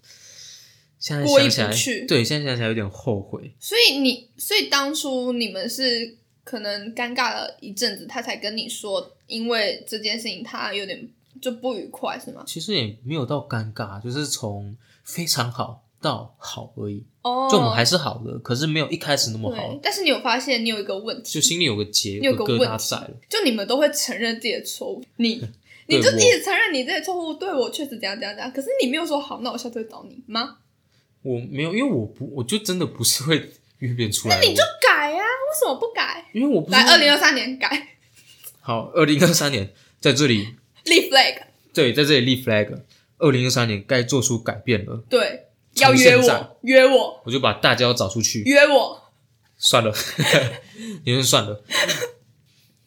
Speaker 2: 现在
Speaker 1: 过意
Speaker 2: 想起
Speaker 1: 不
Speaker 2: 来
Speaker 1: 去，
Speaker 2: 对，现在想起来有点后悔。
Speaker 1: 所以你，所以当初你们是可能尴尬了一阵子，他才跟你说，因为这件事情他有点就不愉快，是吗？
Speaker 2: 其实也没有到尴尬，就是从非常好到好而已。
Speaker 1: 哦，
Speaker 2: 就我们还是好的，可是没有一开始那么
Speaker 1: 对
Speaker 2: 好，，
Speaker 1: 但是你有发现你有一个问题，
Speaker 2: 就心里有个结，
Speaker 1: 你有
Speaker 2: 个
Speaker 1: 个
Speaker 2: 疙
Speaker 1: 问
Speaker 2: 瘩
Speaker 1: 题
Speaker 2: 在了。
Speaker 1: 就你们都会承认自己的错误，你
Speaker 2: 对
Speaker 1: 你就
Speaker 2: 我
Speaker 1: 一直承认你自己的错误，对我确实怎样怎样怎样，可是你没有说好，那我下次会找你吗？
Speaker 2: 我没有，因为我不，我就真的不是会 约别人出来的。那
Speaker 1: 你就改啊，为什么不改？
Speaker 2: 因为我不是
Speaker 1: 来，二零二三年改
Speaker 2: 好，二零二三年在这里，
Speaker 1: 立 flag，
Speaker 2: 对，在这里立 flag。二零二三年该做出改变了，
Speaker 1: 对，
Speaker 2: 从
Speaker 1: 要约
Speaker 2: 现在
Speaker 1: 我，约我，
Speaker 2: 我就把大家找出去。
Speaker 1: 约我，
Speaker 2: 算了， 你说算了，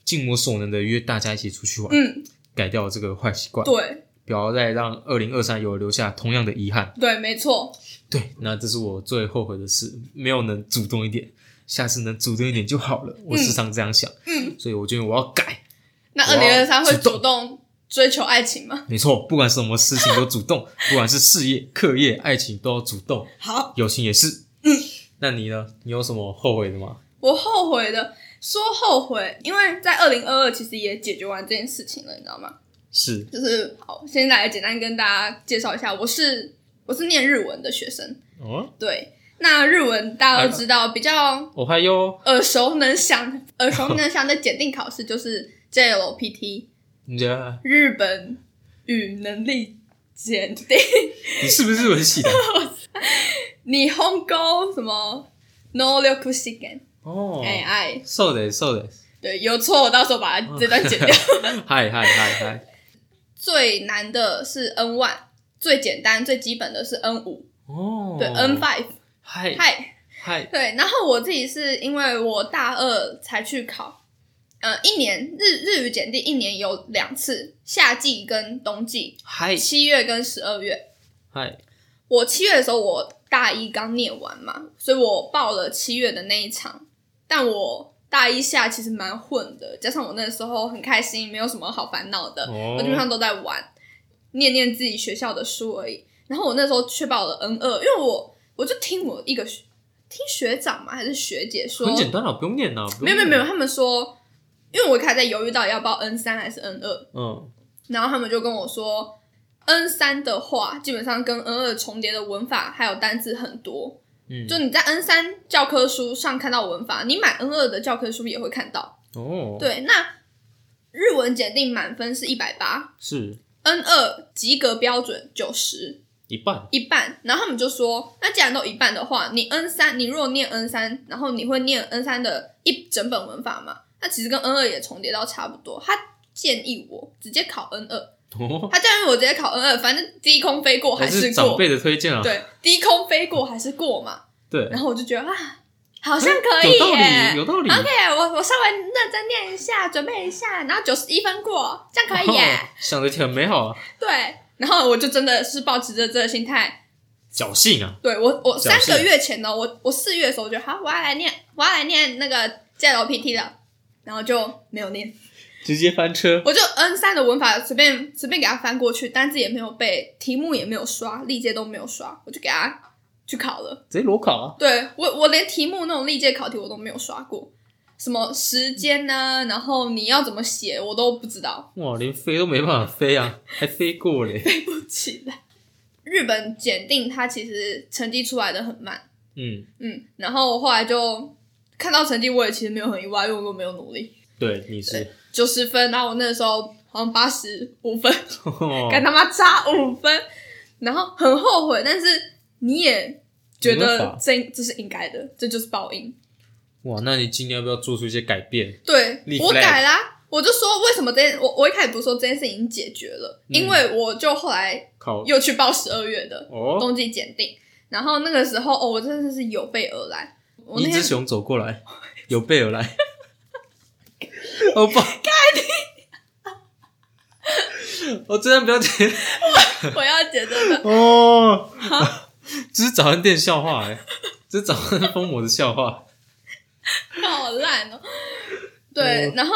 Speaker 2: 尽我所能的约大家一起出去玩，
Speaker 1: 嗯，
Speaker 2: 改掉这个坏习惯，
Speaker 1: 对
Speaker 2: 不要再让二零二三有留下同样的遗憾。
Speaker 1: 对，没错。
Speaker 2: 对，那这是我最后悔的事，没有能主动一点，下次能主动一点就好了。我时常这样想，
Speaker 1: 嗯，
Speaker 2: 所以我觉得我要改。
Speaker 1: 那
Speaker 2: 哇
Speaker 1: 二零二三会
Speaker 2: 主动
Speaker 1: 主动追求爱情吗？
Speaker 2: 没错，不管是什么事情都主动，不管是事业、课业、爱情都要主动，
Speaker 1: 好，
Speaker 2: 友情也是。嗯，那你呢？你有什么后悔的吗？
Speaker 1: 我后悔的，说后悔，因为在二零二二其实也解决完这件事情了，你知道吗？
Speaker 2: 是
Speaker 1: 就是好，先来简单跟大家介绍一下，我是我是念日文的学生，
Speaker 2: 哦，
Speaker 1: 对，那日文大家都知道，比较
Speaker 2: 我还有
Speaker 1: 耳熟能详、耳熟能详的检定考试就是 JLPT
Speaker 2: 你觉得
Speaker 1: 日本语能力检定。
Speaker 2: 你是不是日文 系的？
Speaker 1: 你鸿沟什么 no 六 k u s i g a n
Speaker 2: 哦，
Speaker 1: 哎哎，
Speaker 2: 瘦的 瘦的，
Speaker 1: 对，有错我到时候把它这段剪掉。
Speaker 2: 嗨嗨嗨嗨，
Speaker 1: 最难的是 N one，最简单最基本的是 N 五，
Speaker 2: 哦，
Speaker 1: 对 N five，
Speaker 2: 嗨
Speaker 1: 嗨，
Speaker 2: 嗨，
Speaker 1: 对。然后我自己是因为我大二才去考，呃，一年日日语检定一年有两次，夏季跟冬季，
Speaker 2: 嗨
Speaker 1: 七月跟十二月。
Speaker 2: 嗨，
Speaker 1: 我七月的时候，我大一刚念完嘛，所以我报了七月的那一场。但我大一下其实蛮混的，加上我那时候很开心，没有什么好烦恼的，
Speaker 2: 哦
Speaker 1: 我基本上都在玩，念念自己学校的书而已。然后我那时候却报了 N 二，因为我我就听我一个学听学长嘛还是学姐说，
Speaker 2: 很简单了，啊不用念了，不用
Speaker 1: 没有没有
Speaker 2: 念啊
Speaker 1: 没有，，他们说，因为我一开始在犹豫到底要报 N 三还是 N 二，
Speaker 2: 嗯，
Speaker 1: 然后他们就跟我说，N 三的话，基本上跟 N 二重叠的文法还有单字很多。
Speaker 2: 嗯
Speaker 1: 就你在 N 三教科书上看到文法，你买 N 二的教科书也会看到。
Speaker 2: 哦，，
Speaker 1: 对，那日文检定满分是一百八
Speaker 2: 是
Speaker 1: ，N 二及格标准九十，
Speaker 2: 一半，
Speaker 1: 一半。然后他们就说，那既然都一半的话，你 N 三，你如果念 N 三，然后你会念 N 三的一整本文法嘛？那其实跟 N 二也重叠到差不多。他建议我直接考 N 二。
Speaker 2: 哦，
Speaker 1: 他教育我直接考 N 二，反正低空飞过还
Speaker 2: 是长
Speaker 1: 过，
Speaker 2: 辈的推荐啊，
Speaker 1: 对，低空飞过还是过嘛。
Speaker 2: 对，
Speaker 1: 然后我就觉得啊，好像可以
Speaker 2: 有道理，
Speaker 1: 耶。
Speaker 2: 有道理，
Speaker 1: OK，我我稍微认真念一下，准备一下，然后九十一分过，这样可以耶。
Speaker 2: 哦想的挺美好啊，
Speaker 1: 对，然后我就真的是抱持着这个心态，
Speaker 2: 侥幸啊，
Speaker 1: 对我我
Speaker 2: 侥幸
Speaker 1: 三个月前呢，我我四月的时候就好，我要来念，我要来念那个 JLPT 了，然后就没有念。
Speaker 2: 直接翻车，
Speaker 1: 我就 N 三的文法随便随便给它翻过去，单字也没有背，题目也没有刷，历届都没有刷，我就给它去考了。
Speaker 2: 直接裸考啊，
Speaker 1: 对我我连题目那种历届考题我都没有刷过，什么时间呐、然后你要怎么写我都不知道，
Speaker 2: 哇，连飞都没办法飞啊， 还飞过嘞，
Speaker 1: 背不起来。日本检定它其实成绩出来的很慢，
Speaker 2: 嗯，
Speaker 1: 嗯，然后我后来就看到成绩，我也其实没有很意外，因为我没有努力，
Speaker 2: 对，你是，
Speaker 1: 九十分，然后我那时候好像八十五分。
Speaker 2: 哦
Speaker 1: 跟他妈差五分，然后很后悔，但是你也觉
Speaker 2: 没办
Speaker 1: 得
Speaker 2: 法
Speaker 1: 这这是应该的，这就是报应。
Speaker 2: 哇，那你今年要不要做出一些改变？
Speaker 1: 对
Speaker 2: 立
Speaker 1: 我
Speaker 2: flag
Speaker 1: 改啦，我就说为什么这件我我一开始不是说这件事已经解决了，
Speaker 2: 嗯
Speaker 1: 因为我就后来
Speaker 2: 考
Speaker 1: 又去报十二月的
Speaker 2: 哦，
Speaker 1: 冬季检定，然后那个时候哦，我真的是有备而来。我那
Speaker 2: 一只
Speaker 1: 天
Speaker 2: 熊走过来， 有备而来。 欧巴，盖 你！我哦真的不要讲
Speaker 1: 我要解这个，
Speaker 2: 哦， 这是早餐店笑话哎、这是早餐疯魔的笑话。
Speaker 1: 好烂哦。对
Speaker 2: 哦，
Speaker 1: 然后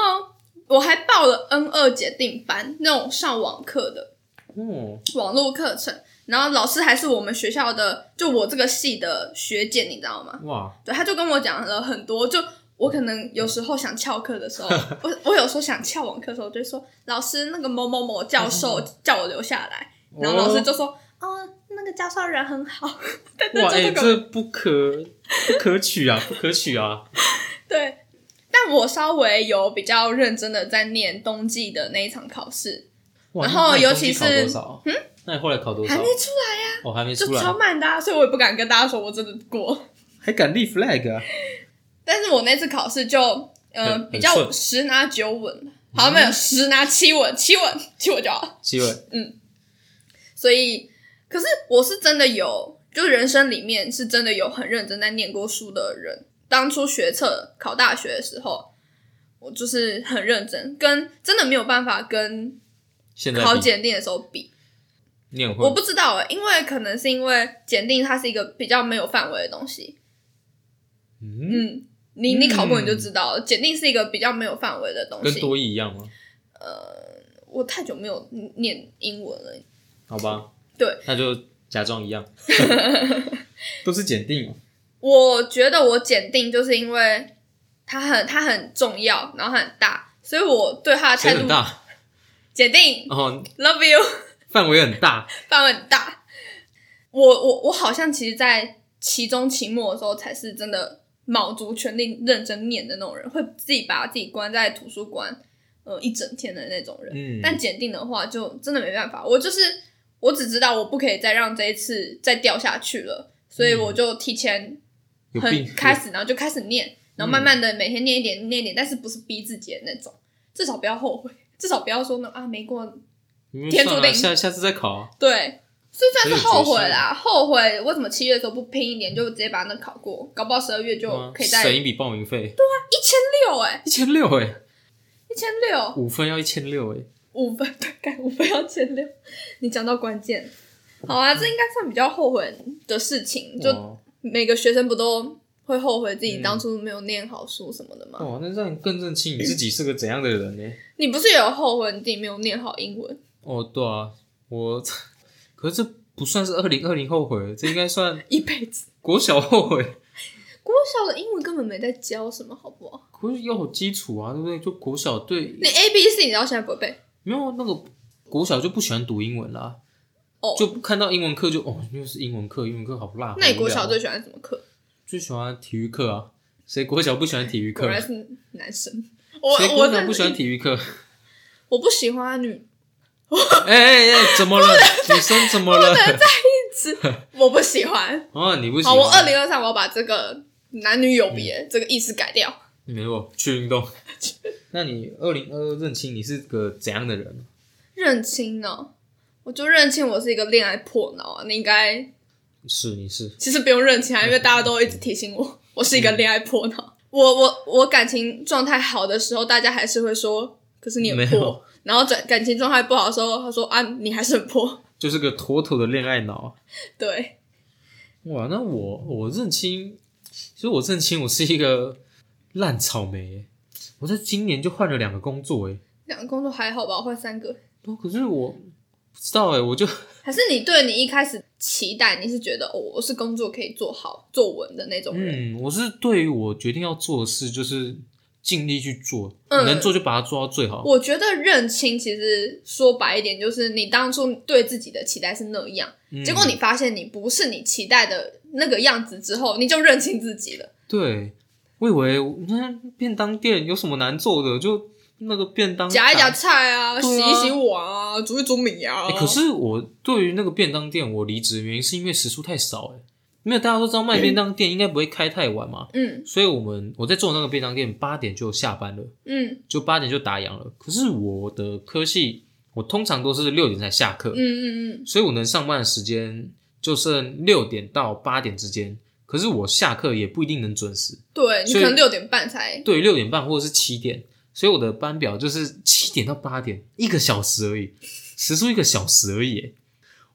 Speaker 1: 我还报了 N 二检定班那种上网课的，
Speaker 2: 哦，
Speaker 1: 网络课程，然后老师还是我们学校的，就我这个系的学姐，你知道吗？
Speaker 2: 哇，
Speaker 1: 对，他就跟我讲了很多，就我可能有时候想翘课 的时候，我我有时候想翘网课的时候，就说老师那个某某某教授
Speaker 2: 哦
Speaker 1: 叫我留下来，然后老师就说哦那个教授人很好， 但
Speaker 2: 哇，
Speaker 1: 但
Speaker 2: 哎、
Speaker 1: 就
Speaker 2: 这不可不可取啊，不可取啊！
Speaker 1: 对，但我稍微有比较认真的在念冬季的那一场考试，
Speaker 2: 哇
Speaker 1: 然后
Speaker 2: 那你
Speaker 1: 尤其
Speaker 2: 东西考
Speaker 1: 是
Speaker 2: 多少？嗯，那你后来考多少？
Speaker 1: 还没出来
Speaker 2: 哦，还没
Speaker 1: 就
Speaker 2: 出来，
Speaker 1: 超慢的、啊，所以我也不敢跟大家说我真的过。
Speaker 2: 还敢立 flag 啊？
Speaker 1: 但是我那次考试就呃
Speaker 2: 很很
Speaker 1: 比较
Speaker 2: 顺嗯
Speaker 1: 十拿九稳，好没有十拿七稳，七稳七稳就好。
Speaker 2: 七位，
Speaker 1: 所以，可是我是真的有，就是人生里面是真的有很认真在念过书的人。当初学测考大学的时候，我就是很认真，跟真的没有办法跟
Speaker 2: 现在
Speaker 1: 考
Speaker 2: 比
Speaker 1: 检定的时候比。
Speaker 2: 你很
Speaker 1: 我
Speaker 2: 会
Speaker 1: 不知道、欸，因为可能是因为检定它是一个比较没有范围的东西。
Speaker 2: 嗯，
Speaker 1: 嗯，你你考过你就知道了，检定是一个比较没有范围的东
Speaker 2: 跟
Speaker 1: 西。
Speaker 2: 嗯多一一样吗？
Speaker 1: 我太久没有念英文了，
Speaker 2: 好吧，
Speaker 1: 对，
Speaker 2: 那就假 装一样，都是检定哦，
Speaker 1: 我觉得我检定就是因为它很它很重要，然后很大，所以我对它的
Speaker 2: 谁
Speaker 1: 态
Speaker 2: 很
Speaker 1: 度
Speaker 2: 大
Speaker 1: 检定
Speaker 2: 哦，
Speaker 1: love you
Speaker 2: 范围很大，
Speaker 1: 范围很大。我我我好像其实，在期中期末的时候才是真的卯足全力认真念的那种人，会自己把自己关在图书馆呃一整天的那种人。
Speaker 2: 嗯，
Speaker 1: 但检定的话，就真的没办法。我就是我只知道我不可以再让这一次再掉下去了，所以我就提前
Speaker 2: 嗯有
Speaker 1: 很
Speaker 2: 病嗯
Speaker 1: 开始，然后就开始念，然后慢慢的每天念一点，念一点，但是不是逼自己的那种，至少不要后悔，至少不要说呢啊没过，
Speaker 2: 有
Speaker 1: 天注定
Speaker 2: 下下次再考啊，
Speaker 1: 对，所以算
Speaker 2: 很有
Speaker 1: 是后
Speaker 2: 决
Speaker 1: 悔
Speaker 2: 心
Speaker 1: 啦，后悔为什么七月的时候不拼一点，就直接把那考过，搞不好十二月就可以再
Speaker 2: 省一笔报名费，
Speaker 1: 六哎，
Speaker 2: 一千六哎，
Speaker 1: 一千六
Speaker 2: 五分要一千六哎，
Speaker 1: 五分， 对，该五分要千六， 你讲到关键，好啊，这应该算比较后悔的事情，就
Speaker 2: 哇
Speaker 1: 每个学生不都会后悔自己当初没有念好书什么的吗？
Speaker 2: 哇，那让你更认清你自己是个怎样的人呢？
Speaker 1: 你不是也有后悔你自己没有念好英文？
Speaker 2: 哦，对啊，我， 可是这不算是二零二零后悔，这应该算
Speaker 1: 一辈子。
Speaker 2: 国小后悔。
Speaker 1: 国小的英文根本没在教什么，好不好？
Speaker 2: 可是要有基础啊，对不对？就国小对
Speaker 1: 你 A B C 你到现在不会背
Speaker 2: 没有那个国小就不喜欢读英文啦，
Speaker 1: 哦？
Speaker 2: 就看到英文课就哦，又是英文课，英文课好辣。
Speaker 1: 那你
Speaker 2: 好无
Speaker 1: 国
Speaker 2: 聊
Speaker 1: 小
Speaker 2: 哦
Speaker 1: 最喜欢什么课？
Speaker 2: 最喜欢体育课啊？谁国小不喜欢体育
Speaker 1: 果
Speaker 2: 课？
Speaker 1: 然是男生。我
Speaker 2: 谁
Speaker 1: 我
Speaker 2: 国小
Speaker 1: 真
Speaker 2: 不喜欢
Speaker 1: 的
Speaker 2: 体育课？
Speaker 1: 我不喜欢女，
Speaker 2: 哎哎哎，怎么了？女生怎么了？
Speaker 1: 我不喜欢。
Speaker 2: 啊，你不喜
Speaker 1: 好，
Speaker 2: 欢？
Speaker 1: 我二零二三我要把这个男女有别、
Speaker 2: 嗯
Speaker 1: 这个意识改掉。
Speaker 2: 没有去运动。 那你二零二二认清你是个怎样的人？
Speaker 1: 认清呢，我就认清我是一个恋爱破脑啊。你应该
Speaker 2: 是你是
Speaker 1: 其实不用认清啊，因为大家都一直提醒我， 我是一个恋爱破脑。
Speaker 2: 嗯
Speaker 1: 我我我感情状态好的时候，大家还是会说，可是你
Speaker 2: 没
Speaker 1: 很
Speaker 2: 有
Speaker 1: 破。然后感感情状态不好的时候，他说啊，你还是很破。
Speaker 2: 就是个妥妥的恋爱脑。
Speaker 1: 对，
Speaker 2: 哇，那我我认清，其实我认清我是一个烂草莓耶。我在今年就换了两个工作欸诶，
Speaker 1: 两个工作还好吧？我换三个，
Speaker 2: 哦可是我不知道诶，欸我就
Speaker 1: 还是你对你一开始期待，你是觉得哦，我是工作可以做好、做稳的那种人。
Speaker 2: 嗯，我是对于我决定要做的事，就是尽力去做，
Speaker 1: 嗯
Speaker 2: 能做就把它做到最好。
Speaker 1: 我觉得认清，其实说白一点，就是你当初对自己的期待是那样，
Speaker 2: 嗯
Speaker 1: 结果你发现你不是你期待的那个样子之后，你就认清自己了。
Speaker 2: 对，我以为那便当店有什么难做的，就那个便当
Speaker 1: 夹一夹
Speaker 2: 打
Speaker 1: 菜啊，洗
Speaker 2: 嗯对啊
Speaker 1: 一洗碗啊，煮一煮米啊。
Speaker 2: 欸可是我对于那个便当店，我离职的原因是因为时数太少、欸，没有大家都知道卖便当店应该不会开太晚嘛，
Speaker 1: 嗯
Speaker 2: 所以我们我在做那个便当店八点就下班了，
Speaker 1: 嗯
Speaker 2: 就八点就打烊了。可是我的科系，我通常都是六点才下课，
Speaker 1: 嗯嗯嗯，
Speaker 2: 所以我能上班的时间就剩六点到八点之间。可是我下课也不一定能准时，
Speaker 1: 对你
Speaker 2: 所
Speaker 1: 可
Speaker 2: 以
Speaker 1: 能六点半才
Speaker 2: 对，六点半或者是七点，所以我的班表就是七点到八点，一个小时而已，时速一个小时而已耶。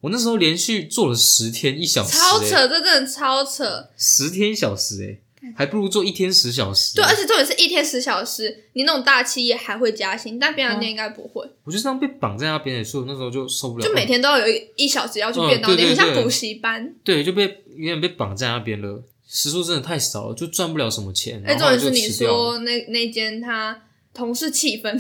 Speaker 2: 我那时候连续做了十天一小时耶，欸
Speaker 1: 超扯，这真的超扯。
Speaker 2: 十天一小时哎，还不如做一天十小时。嗯
Speaker 1: 对，而且重点是一天十小时，你那种大企业还会加薪，但便利店应该不会。
Speaker 2: 我就这样被绑在那边，欸所以我那时候就受不了，
Speaker 1: 就每天都要有一一小时要去便当
Speaker 2: 嗯对
Speaker 1: 店，很
Speaker 2: 对
Speaker 1: 像
Speaker 2: 对
Speaker 1: 补习班。
Speaker 2: 对，就被有点被绑在那边了。时数真的太少了，就赚不了什么钱。
Speaker 1: 哎，
Speaker 2: 然
Speaker 1: 重
Speaker 2: 后
Speaker 1: 点
Speaker 2: 就是
Speaker 1: 你
Speaker 2: 辞掉了。
Speaker 1: 说那那间他同事气氛，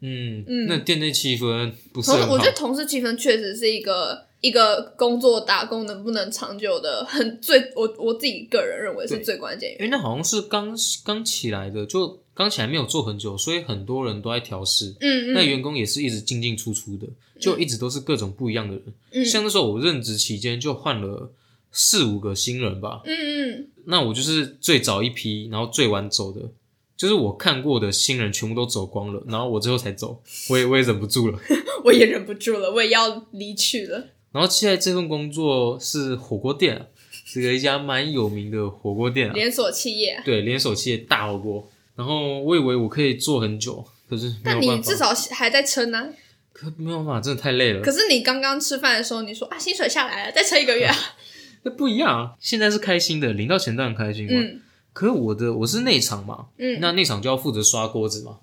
Speaker 2: 嗯
Speaker 1: 嗯
Speaker 2: 那店内气氛不是
Speaker 1: 同
Speaker 2: 很好。
Speaker 1: 我觉得同事气氛确实是一个一个工作打工能不能长久的很最我我自己个人认为是
Speaker 2: 对
Speaker 1: 最关键原因。
Speaker 2: 因为那好像是刚刚起来的，就刚起来没有做很久，所以很多人都在调试。
Speaker 1: 嗯嗯，
Speaker 2: 那员工也是一直进进出出的，就一直都是各种不一样的人。
Speaker 1: 嗯
Speaker 2: 像那时候我任职期间就换了四五个新人吧，
Speaker 1: 嗯嗯
Speaker 2: 那我就是最早一批，然后最晚走的，就是我看过的新人全部都走光了，然后我最后才走，我也我也忍不住了。
Speaker 1: 我也忍不住了，我也要离去了。
Speaker 2: 然后现在这份工作是火锅店、啊，是一家蛮有名的火锅店啊，
Speaker 1: 连锁企业，
Speaker 2: 对，连锁企业大火锅。然后我以为我可以做很久，可是没有
Speaker 1: 但
Speaker 2: 办法，
Speaker 1: 你至少还在撑呢、
Speaker 2: 可没有办法，真的太累了
Speaker 1: 可。是你刚刚吃饭的时候，你说啊，薪水下来了，再撑一个月啊。
Speaker 2: 那不一样啊，现在是开心的，领到钱当然开心嘛。
Speaker 1: 嗯
Speaker 2: 可是我的我是内场嘛，
Speaker 1: 嗯，
Speaker 2: 那内场就要负责刷锅子嘛。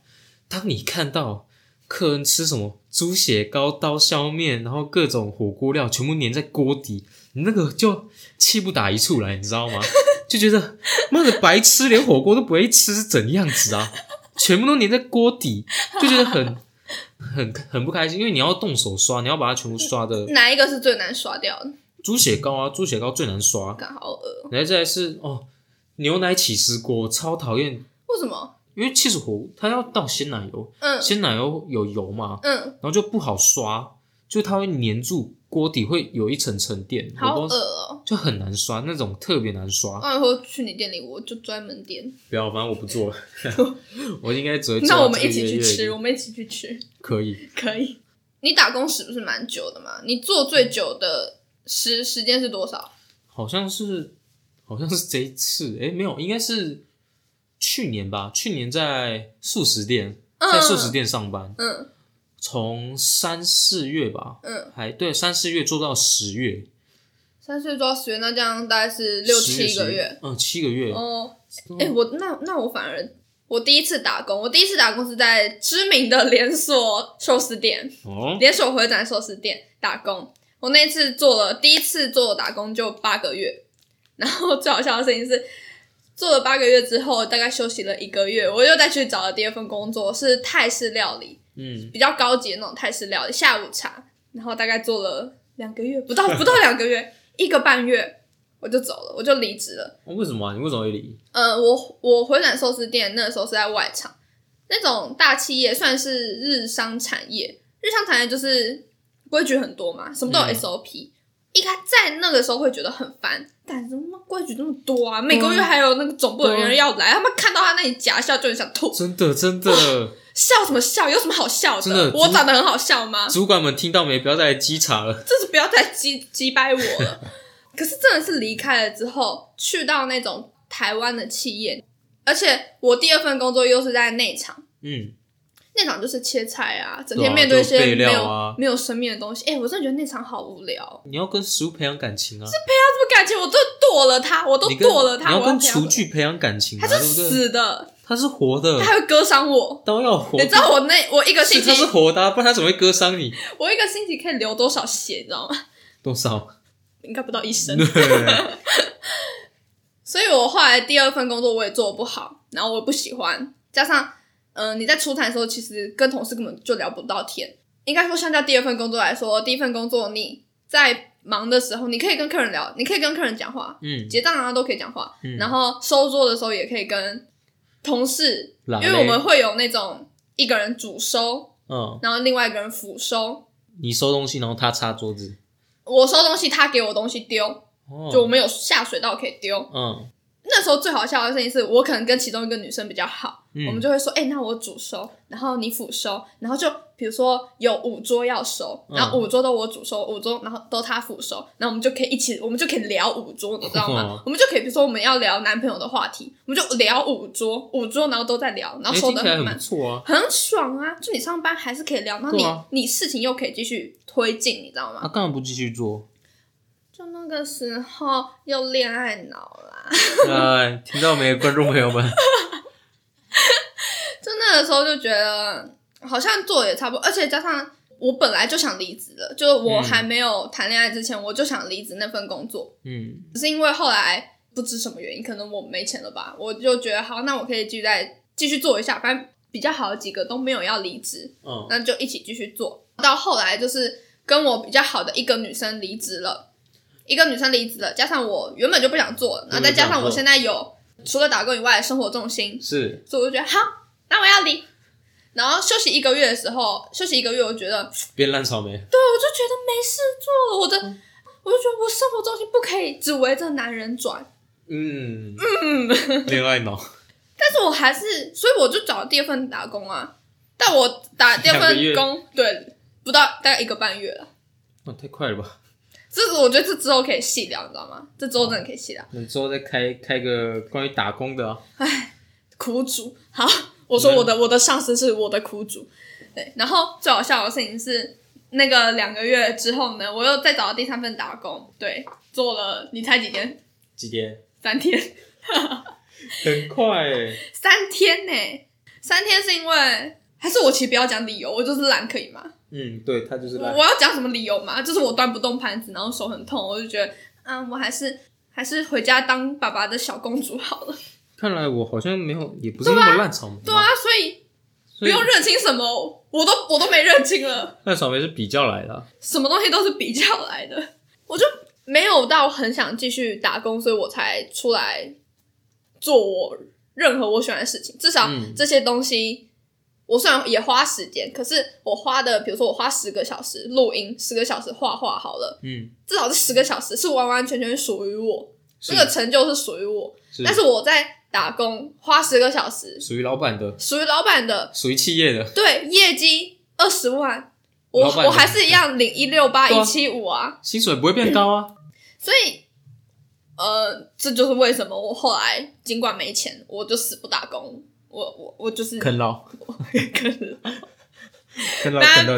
Speaker 2: 当你看到客人吃什么猪血糕、刀削面，然后各种火锅料全部粘在锅底，你那个就气不打一处来，你知道吗？就觉得妈的白痴，连火锅都不会吃是怎样子啊？全部都粘在锅底，就觉得很很很不开心，因为你要动手刷，你要把它全部刷的
Speaker 1: 哪一个是最难刷掉的？
Speaker 2: 猪血糕啊，猪血糕最难刷。
Speaker 1: 刚好饿，
Speaker 2: 然后再来是哦，牛奶起司锅我超讨厌
Speaker 1: 为什么？
Speaker 2: 因为气死火它要倒鲜奶油，
Speaker 1: 嗯
Speaker 2: 鲜奶油有油嘛，
Speaker 1: 嗯，
Speaker 2: 然后就不好刷，就它会粘住锅底，会有一层沉淀，
Speaker 1: 好哦
Speaker 2: 火
Speaker 1: 饿
Speaker 2: 锅
Speaker 1: 哦。
Speaker 2: 就很难刷，那种特别难刷。
Speaker 1: 那以后去你店里，我就专门点。
Speaker 2: 不要，反正我 不做了，我应该只会做
Speaker 1: 那
Speaker 2: 到
Speaker 1: 我们
Speaker 2: 这
Speaker 1: 一
Speaker 2: 个
Speaker 1: 起去
Speaker 2: 月
Speaker 1: 吃，
Speaker 2: 月
Speaker 1: 我们一起去吃，
Speaker 2: 可以。
Speaker 1: 可以。你打工时不是蛮久的嘛？你做最久的时时间是多少？
Speaker 2: 好像是，好像是这一次，诶，没有，应该是去年吧，去年在素食店，在素食店上班，
Speaker 1: 嗯
Speaker 2: 从三四月吧，
Speaker 1: 嗯，
Speaker 2: 还对三四月做到十月，
Speaker 1: 三岁做到十月，那这样大概是六七个月。，
Speaker 2: 嗯，七个月，
Speaker 1: 哦，
Speaker 2: 嗯
Speaker 1: 哎、我那那我反而我第一次打工，我第一次打工是在知名的连锁寿司店、
Speaker 2: 哦，
Speaker 1: 连锁回转寿司店打工。我那次做了第一次做打工就八个月，然后最好笑的事情是，做了八个月之后，大概休息了一个月，我又再去找了第二份工作，是泰式料理，
Speaker 2: 嗯，
Speaker 1: 比较高级的那种泰式料理，下午茶，然后大概做了两个月，不到不到两个月，一个半月我就走了，我就离职了。
Speaker 2: 为什么啊？你为什么会离？
Speaker 1: 呃，我我回转寿司店那时候是在外场，那种大企业算是日商产业，日商产业就是规矩很多嘛，什么都有
Speaker 2: 嗯
Speaker 1: SOP、一开在那个时候会觉得很烦，但怎么规矩这么多啊？每个
Speaker 2: 嗯
Speaker 1: 月还有那个总部的
Speaker 2: 啊
Speaker 1: 人要来，他们看到他那里假笑就很想吐，
Speaker 2: 真的，真的，
Speaker 1: 笑什么笑？有什么好笑
Speaker 2: 真的
Speaker 1: 我
Speaker 2: 主
Speaker 1: 长得很好笑吗？
Speaker 2: 主管们听到没？不要再来稽查了。
Speaker 1: 就是不要再击击败我了。 可是真的是离开了之后，去到那种台湾的企业，而且我第二份工作又是在内场，
Speaker 2: 嗯，
Speaker 1: 内场就是切菜啊，整
Speaker 2: 对
Speaker 1: 天
Speaker 2: 啊
Speaker 1: 面对一
Speaker 2: 就
Speaker 1: 些
Speaker 2: 备
Speaker 1: 没
Speaker 2: 料
Speaker 1: 有、
Speaker 2: 啊
Speaker 1: 没有生命的东西。哎、我真的觉得内场好无聊哦，
Speaker 2: 你要跟食物培养感情啊，
Speaker 1: 这么感情我都剁了它，我都
Speaker 2: 你跟
Speaker 1: 剁了
Speaker 2: 你
Speaker 1: 它，
Speaker 2: 要
Speaker 1: 我要
Speaker 2: 跟
Speaker 1: 培养
Speaker 2: 厨具培养感情啊，
Speaker 1: 它是
Speaker 2: 对不对？
Speaker 1: 死的，
Speaker 2: 它是活的
Speaker 1: 它，还会割伤我。
Speaker 2: 刀要活
Speaker 1: 你
Speaker 2: 的，
Speaker 1: 知道我那我一个星
Speaker 2: 是
Speaker 1: 期
Speaker 2: 它，是活的啊，不然它怎么会割伤你？
Speaker 1: 我一个星期可以流多少血，你知道吗？
Speaker 2: 多少？
Speaker 1: 应该不到一升。
Speaker 2: 对，
Speaker 1: 所以我后来第二份工作我也做得不好，然后我也不喜欢，加上嗯、呃你在出差的时候，其实跟同事根本就聊不到天。应该说，相较第二份工作来说，第一份工作你在忙的时候，你可以跟客人聊，你可以跟客人讲话，
Speaker 2: 嗯，
Speaker 1: 结账啊都可以讲话，
Speaker 2: 嗯
Speaker 1: 然后收桌的时候也可以跟同事，
Speaker 2: 因
Speaker 1: 因为我们会有那种一个人主收，
Speaker 2: 嗯，
Speaker 1: 然后另外一个人辅收。
Speaker 2: 你收东西，然后他擦桌子，
Speaker 1: 我收东西，他给我东西丢，
Speaker 2: 哦，
Speaker 1: 就我们有下水道可以丢。
Speaker 2: 嗯
Speaker 1: 那时候最好笑的事情是我可能跟其中一个女生比较好，
Speaker 2: 嗯
Speaker 1: 我们就会说，哎、那我主收，然后你辅收，然后就比如说有五桌要收，
Speaker 2: 嗯
Speaker 1: 然后五桌都我主收，五桌然后都她辅收，然后我们就可以一起，我们就可以聊五桌，你知道吗
Speaker 2: 哦？
Speaker 1: 我们就可以比如说我们要聊男朋友的话题，我们就聊五桌，五桌然后都在聊，然
Speaker 2: 哎
Speaker 1: 后收
Speaker 2: 听
Speaker 1: 的
Speaker 2: 起来很
Speaker 1: 慢
Speaker 2: 不。错啊。
Speaker 1: 很爽啊！就你上班还是可以聊，然后你、
Speaker 2: 对啊
Speaker 1: 你事情又可以继续推进，你知道吗？
Speaker 2: 他啊干嘛不继续做？
Speaker 1: 就那个时候又恋爱脑啦，
Speaker 2: 哎，听到没，观众朋友们？
Speaker 1: 就那个时候就觉得，好像做的也差不多，而且加上我本来就想离职了，就我还没有谈恋爱之前，我就想离职那份工作，
Speaker 2: 嗯，
Speaker 1: 只是因为后来不知什么原因，可能我没钱了吧，我就觉得好，那我可以继续再继续做一下，反正比较好的几个都没有要离职，
Speaker 2: 嗯，
Speaker 1: 那就一起继续做。到后来就是跟我比较好的一个女生离职了，一个女生离职了，加上我原本就不想做了，然后再加上我现在有除了打工以外的生活重心，
Speaker 2: 是，
Speaker 1: 所以我就觉得好，那我要离。然后休息一个月的时候，休息一个月，我觉得，对
Speaker 2: 变烂草莓，
Speaker 1: 我就觉得没事做了，我的，
Speaker 2: 嗯
Speaker 1: 我就觉得我生活重心不可以只围着男人转，
Speaker 2: 嗯嗯，恋爱 脑，
Speaker 1: 但是我还是，所以我就找了第二份打工啊。但我打第二
Speaker 2: 两个月
Speaker 1: 份工，对，不到大概一个半月了。
Speaker 2: 那哦太快了吧？
Speaker 1: 这个我觉得这之后可以细聊，你知道吗？这之后真的可以细聊。
Speaker 2: 那之后再开开个关于打工的啊，
Speaker 1: 苦主，好，我说我的我的上司是我的苦主，对。然后最好笑的事情是，那个两个月之后呢，我又再找到第三份打工，对，做了你猜几天？
Speaker 2: 几天？
Speaker 1: 三天，
Speaker 2: 很快欸，
Speaker 1: 三天呢、三天是因为还是我其实不要讲理由，我就是懒，可以吗？
Speaker 2: 嗯，对他就是
Speaker 1: 我
Speaker 2: 烂，
Speaker 1: 要讲什么理由嘛？就是我端不动盘子，然后手很痛，我就觉得，嗯，我还是还是回家当爸爸的小公主好了。
Speaker 2: 看来我好像没有，也不是那么烂草莓嘛，
Speaker 1: 对啊，所以
Speaker 2: 所
Speaker 1: 不
Speaker 2: 以
Speaker 1: 用认清什么，我都我都没认清了，
Speaker 2: 烂草莓是比较来的啊，
Speaker 1: 什么东西都是比较来的， 我就没有到很想继续打工，所以我才出来做我任何我喜欢的事情。至少
Speaker 2: 嗯
Speaker 1: 这些东西，我虽然也花时间，可是我花的，比如说我花十个小时录音，十个小时画画好了，
Speaker 2: 嗯，
Speaker 1: 至少这十个小时是完完全全属于我，
Speaker 2: 是
Speaker 1: 这个成就是属于我。但是我在打工花十个小时，
Speaker 2: 属于老板的，
Speaker 1: 属于老板的。
Speaker 2: 属于企业的，
Speaker 1: 对，业绩二十万，我
Speaker 2: 老板
Speaker 1: 我还是一样领一六八
Speaker 2: 对啊
Speaker 1: 一七五啊，
Speaker 2: 薪水不会变高啊，
Speaker 1: 所以呃，这就是为什么我后来尽管没钱，我就死不打工，我我我就是
Speaker 2: 啃老，
Speaker 1: 啃老
Speaker 2: 啃老
Speaker 1: 拜
Speaker 2: 啃到底。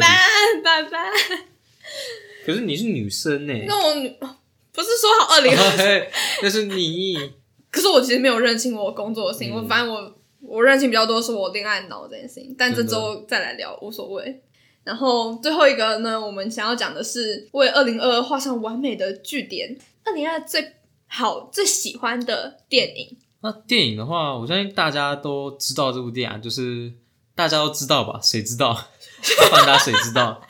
Speaker 1: 拜拜拜，
Speaker 2: 可是你是女生呢、
Speaker 1: 那我女不是说好二零二，
Speaker 2: 嘿那是你，
Speaker 1: 可是我其实没有认清我工作的事情，
Speaker 2: 嗯
Speaker 1: 我反正我我认清比较多是我恋爱脑这件事情，但这
Speaker 2: 真的
Speaker 1: 周再来聊无所谓。然后最后一个呢，我们想要讲的是为二零二二画上完美的句点。二零二最好最喜欢的电影，
Speaker 2: 那电影的话，我相信大家都知道这部电影、啊，就是大家都知道吧？谁知道？ 范达谁知道？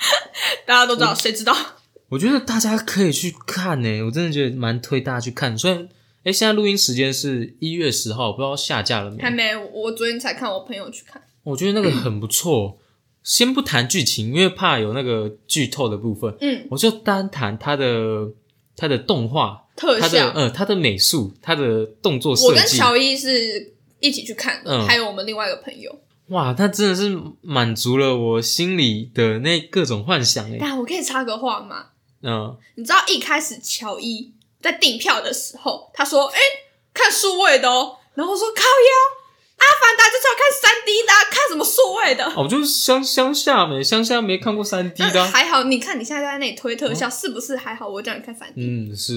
Speaker 1: 大家都知道，谁知道？
Speaker 2: 我觉得大家可以去看呢、我真的觉得蛮推大家去看。虽然，哎、现在录音时间是一月十号，不知道下架了没
Speaker 1: 还？没，我昨天才看我朋友去看。
Speaker 2: 我觉得那个很不错。先不谈剧情，因为怕有那个剧透的部分，
Speaker 1: 嗯，
Speaker 2: 我就单谈它的它的动画，
Speaker 1: 特
Speaker 2: 它的
Speaker 1: 效。
Speaker 2: 呃它的美术，它的动作
Speaker 1: 我
Speaker 2: 设
Speaker 1: 跟
Speaker 2: 计。
Speaker 1: 乔伊是一起去看的，
Speaker 2: 嗯
Speaker 1: 还有我们另外一个朋友。
Speaker 2: 哇，他真的是满足了我心里的那各种幻想诶。
Speaker 1: 但我可以插个话吗？
Speaker 2: 嗯，
Speaker 1: 你知道一开始乔伊在订票的时候，他说：“哎、看数位的哦。”然后我说：“靠腰，阿凡达就是要看三 D 的啊、看什么数位的
Speaker 2: 哦，我就是乡乡下没乡下没看过三 D？”的
Speaker 1: 那
Speaker 2: 啊、
Speaker 1: 呃还好，你看你现在在那里推特效，是不是还好？我叫你看三 D，、
Speaker 2: 嗯，是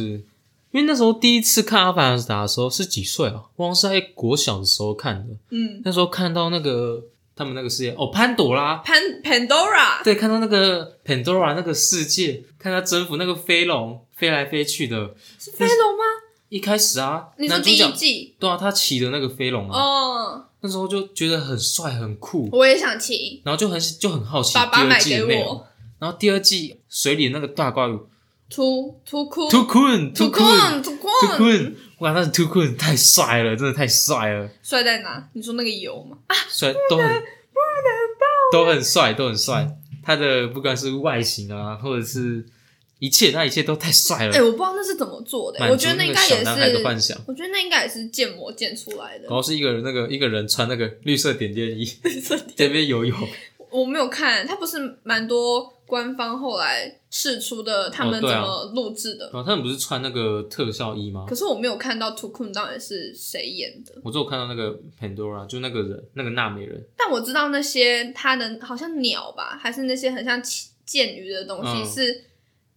Speaker 2: 因为那时候第一次看《阿凡达》的时候是几岁啊？忘了是在国小的时候看的。
Speaker 1: 嗯，
Speaker 2: 那时候看到那个他们那个世界哦，潘朵拉，
Speaker 1: 潘 Pandora，
Speaker 2: 对，看到那个 Pandora 那个世界，看他征服那个飞龙飞来飞去的。
Speaker 1: 是飞龙吗？
Speaker 2: 一开始啊，
Speaker 1: 你说
Speaker 2: 男主
Speaker 1: 第一
Speaker 2: 角
Speaker 1: 季？
Speaker 2: 对啊，他骑的那个飞龙啊，
Speaker 1: 哦，
Speaker 2: 那时候就觉得很帅很酷。
Speaker 1: 我也想骑，
Speaker 2: 然后就很就很好奇
Speaker 1: 爸
Speaker 2: 第
Speaker 1: 爸
Speaker 2: 二
Speaker 1: 买
Speaker 2: 季
Speaker 1: 给
Speaker 2: 的内容
Speaker 1: 我。。哦
Speaker 2: 然后第二季水里的那个大怪物
Speaker 1: 突突哭，
Speaker 2: t u k u n t u
Speaker 1: 突
Speaker 2: k u n
Speaker 1: 突
Speaker 2: t u
Speaker 1: 哭
Speaker 2: k，u n 哇，那 t u k u n 太帅了，真的太帅了，
Speaker 1: 帅在哪？你说那个油吗？
Speaker 2: 帅都很都很帅，都很帅。他的不管是外形啊，或者是一切，那一切都太帅
Speaker 1: 哎、
Speaker 2: 了，
Speaker 1: 我不知道那是怎么做的、
Speaker 2: 满
Speaker 1: 我
Speaker 2: 足
Speaker 1: 觉得
Speaker 2: 那
Speaker 1: 应
Speaker 2: 个
Speaker 1: 该也
Speaker 2: 小
Speaker 1: 是
Speaker 2: 男孩的幻想。
Speaker 1: 我觉得那应该也是建模建出来的
Speaker 2: 然。后是一个人那个一个人穿那个绿色点点衣，在那边游泳，
Speaker 1: 我没有看，它不是蛮多官方后来试出的他们
Speaker 2: 哦
Speaker 1: 怎
Speaker 2: 对啊
Speaker 1: 么录制的，
Speaker 2: 然后他们不是穿那个特效衣吗
Speaker 1: 可？是我没有看到 t u k u n 到底是谁演的，
Speaker 2: 我只有看到那个 Pandora，就那个人，那个娜美人，
Speaker 1: 但我知道那些它的好像鸟吧，还是那些很像旗剑鱼的东西
Speaker 2: 嗯
Speaker 1: 是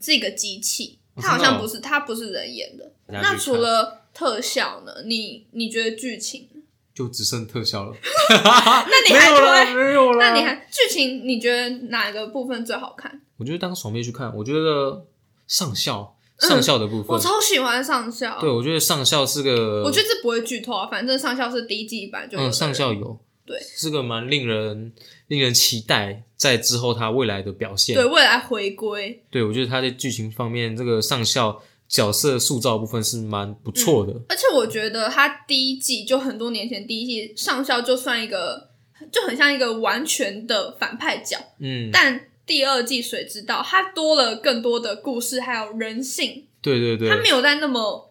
Speaker 1: 是一个机器，
Speaker 2: 哦
Speaker 1: 它好
Speaker 2: 真的
Speaker 1: 像
Speaker 2: 哦
Speaker 1: 不是它不是人演的。
Speaker 2: 大家
Speaker 1: 那
Speaker 2: 去
Speaker 1: 除
Speaker 2: 看
Speaker 1: 了特效呢？你你觉得剧情？
Speaker 2: 就只剩特效了，
Speaker 1: 那 你
Speaker 2: 没
Speaker 1: 还
Speaker 2: 有了，
Speaker 1: 推？
Speaker 2: 没有了。
Speaker 1: 那你还剧情？你觉得哪个部分最好看？
Speaker 2: 我觉得当爽片去看，我觉得上校上校的部分，
Speaker 1: 嗯我超喜欢上校，
Speaker 2: 对我觉得上校是个，
Speaker 1: 我觉得这不会剧透啊，反正上校是第一季版就有的
Speaker 2: 嗯
Speaker 1: 人
Speaker 2: 上校有
Speaker 1: 对
Speaker 2: 是个蛮令人令人期待在之后他未来的表现。
Speaker 1: 对未来回归，
Speaker 2: 对我觉得他在剧情方面这个上校角色塑造部分是蛮不错的，
Speaker 1: 而且我觉得他第一季就很多年前第一季上校就算一个就很像一个完全的反派角，
Speaker 2: 嗯，
Speaker 1: 但第二季谁知道他多了更多的故事还有人性，
Speaker 2: 对对对
Speaker 1: 他，没有在那么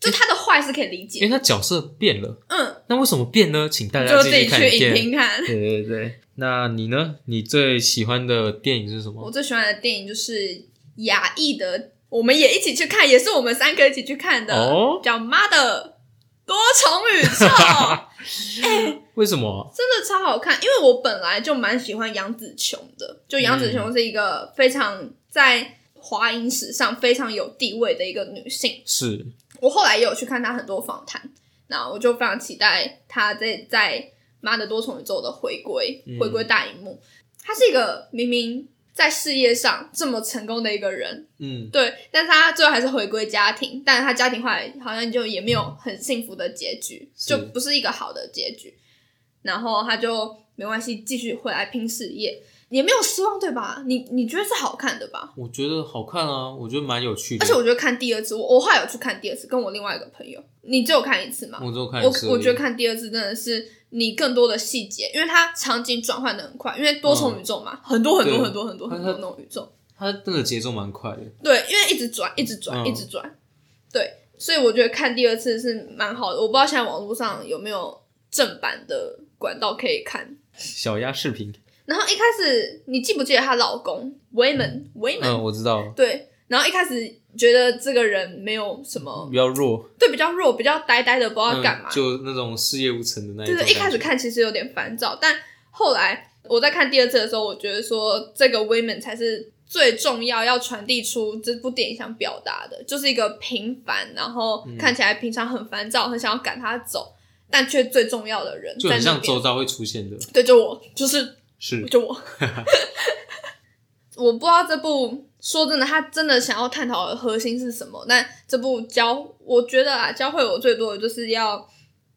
Speaker 1: 就他的坏是可以理
Speaker 2: 因
Speaker 1: 解，
Speaker 2: 为他角色变了，
Speaker 1: 嗯，
Speaker 2: 那为什么变呢？请大家
Speaker 1: 就
Speaker 2: 自
Speaker 1: 自
Speaker 2: 己
Speaker 1: 己
Speaker 2: 看影
Speaker 1: 去影
Speaker 2: 片。
Speaker 1: 评看。
Speaker 2: 对对对，那你呢？你最喜欢的电影是什
Speaker 1: 我
Speaker 2: 么？
Speaker 1: 最喜欢的电影就是雅艺的，我们也一起去看，也是我们三个一起去看的，
Speaker 2: 哦
Speaker 1: 叫《妈的多重宇宙》，
Speaker 2: 为什么？
Speaker 1: 真的超好看。因为我本来就蛮喜欢杨紫琼的，就杨紫琼是一个非常在华影史上非常有地位的一个女性。
Speaker 2: 是
Speaker 1: 我后来也有去看她很多访谈，那我就非常期待她在在《妈的多重宇宙》的回归
Speaker 2: 嗯，
Speaker 1: 回归大荧幕。她是一个明明在事业上这么成功的一个人，
Speaker 2: 嗯，
Speaker 1: 对，但是他最后还是回归家庭，但是他家庭后来好像就也没有很幸福的结局，
Speaker 2: 是
Speaker 1: 就不是一个好的结局。然后他就没关系，继续回来拼事业，也没有失望，对吧？你你觉得是好看的吧？
Speaker 2: 我觉得好看啊，我觉得蛮有趣的。
Speaker 1: 而且我觉得看第二次，我我后来有去看第二次，跟我另外一个朋友，你只有看一次吗？
Speaker 2: 我只有看一次
Speaker 1: 我我觉得
Speaker 2: 而已
Speaker 1: 看第二次真的是你更多的细节，因为它场景转换的很快，因为多重宇宙嘛，很多很多
Speaker 2: 嗯对
Speaker 1: 很多很多很多那种宇宙。
Speaker 2: 它那个节奏蛮快的，
Speaker 1: 对，因为一直转，一直转，
Speaker 2: 嗯
Speaker 1: 一直转，对，所以我觉得看第二次是蛮好的。我不知道现在网络上有没有正版的管道可以看。
Speaker 2: 小鸭视频。
Speaker 1: 然后一开始你记不记得她老公维门维门？
Speaker 2: 嗯，我知道，
Speaker 1: 对，然后一开始觉得这个人没有什么
Speaker 2: 比，较弱，
Speaker 1: 对，比较弱，比较呆呆的，不知道
Speaker 2: 嗯，
Speaker 1: 干嘛。
Speaker 2: 就那种事业无成的那一
Speaker 1: 就
Speaker 2: 种
Speaker 1: 是
Speaker 2: 感
Speaker 1: 一
Speaker 2: 觉。
Speaker 1: 开始看其实有点烦躁，但后来我在看第二次的时候，我觉得说这个 women 才是最重要要传递出这部电影想表达的，就是一个平凡，然后
Speaker 2: 嗯
Speaker 1: 看起来平常很烦躁，很想要赶他走，但却最重要的人
Speaker 2: 就
Speaker 1: 在
Speaker 2: 很
Speaker 1: 那
Speaker 2: 像周
Speaker 1: 边。
Speaker 2: 遭会出现的，
Speaker 1: 对，就我，就是
Speaker 2: 是
Speaker 1: 就我。 我不知道这部说真的，他真的想要探讨的核心是什么？但这部教我觉得啊，教会我最多的就是要，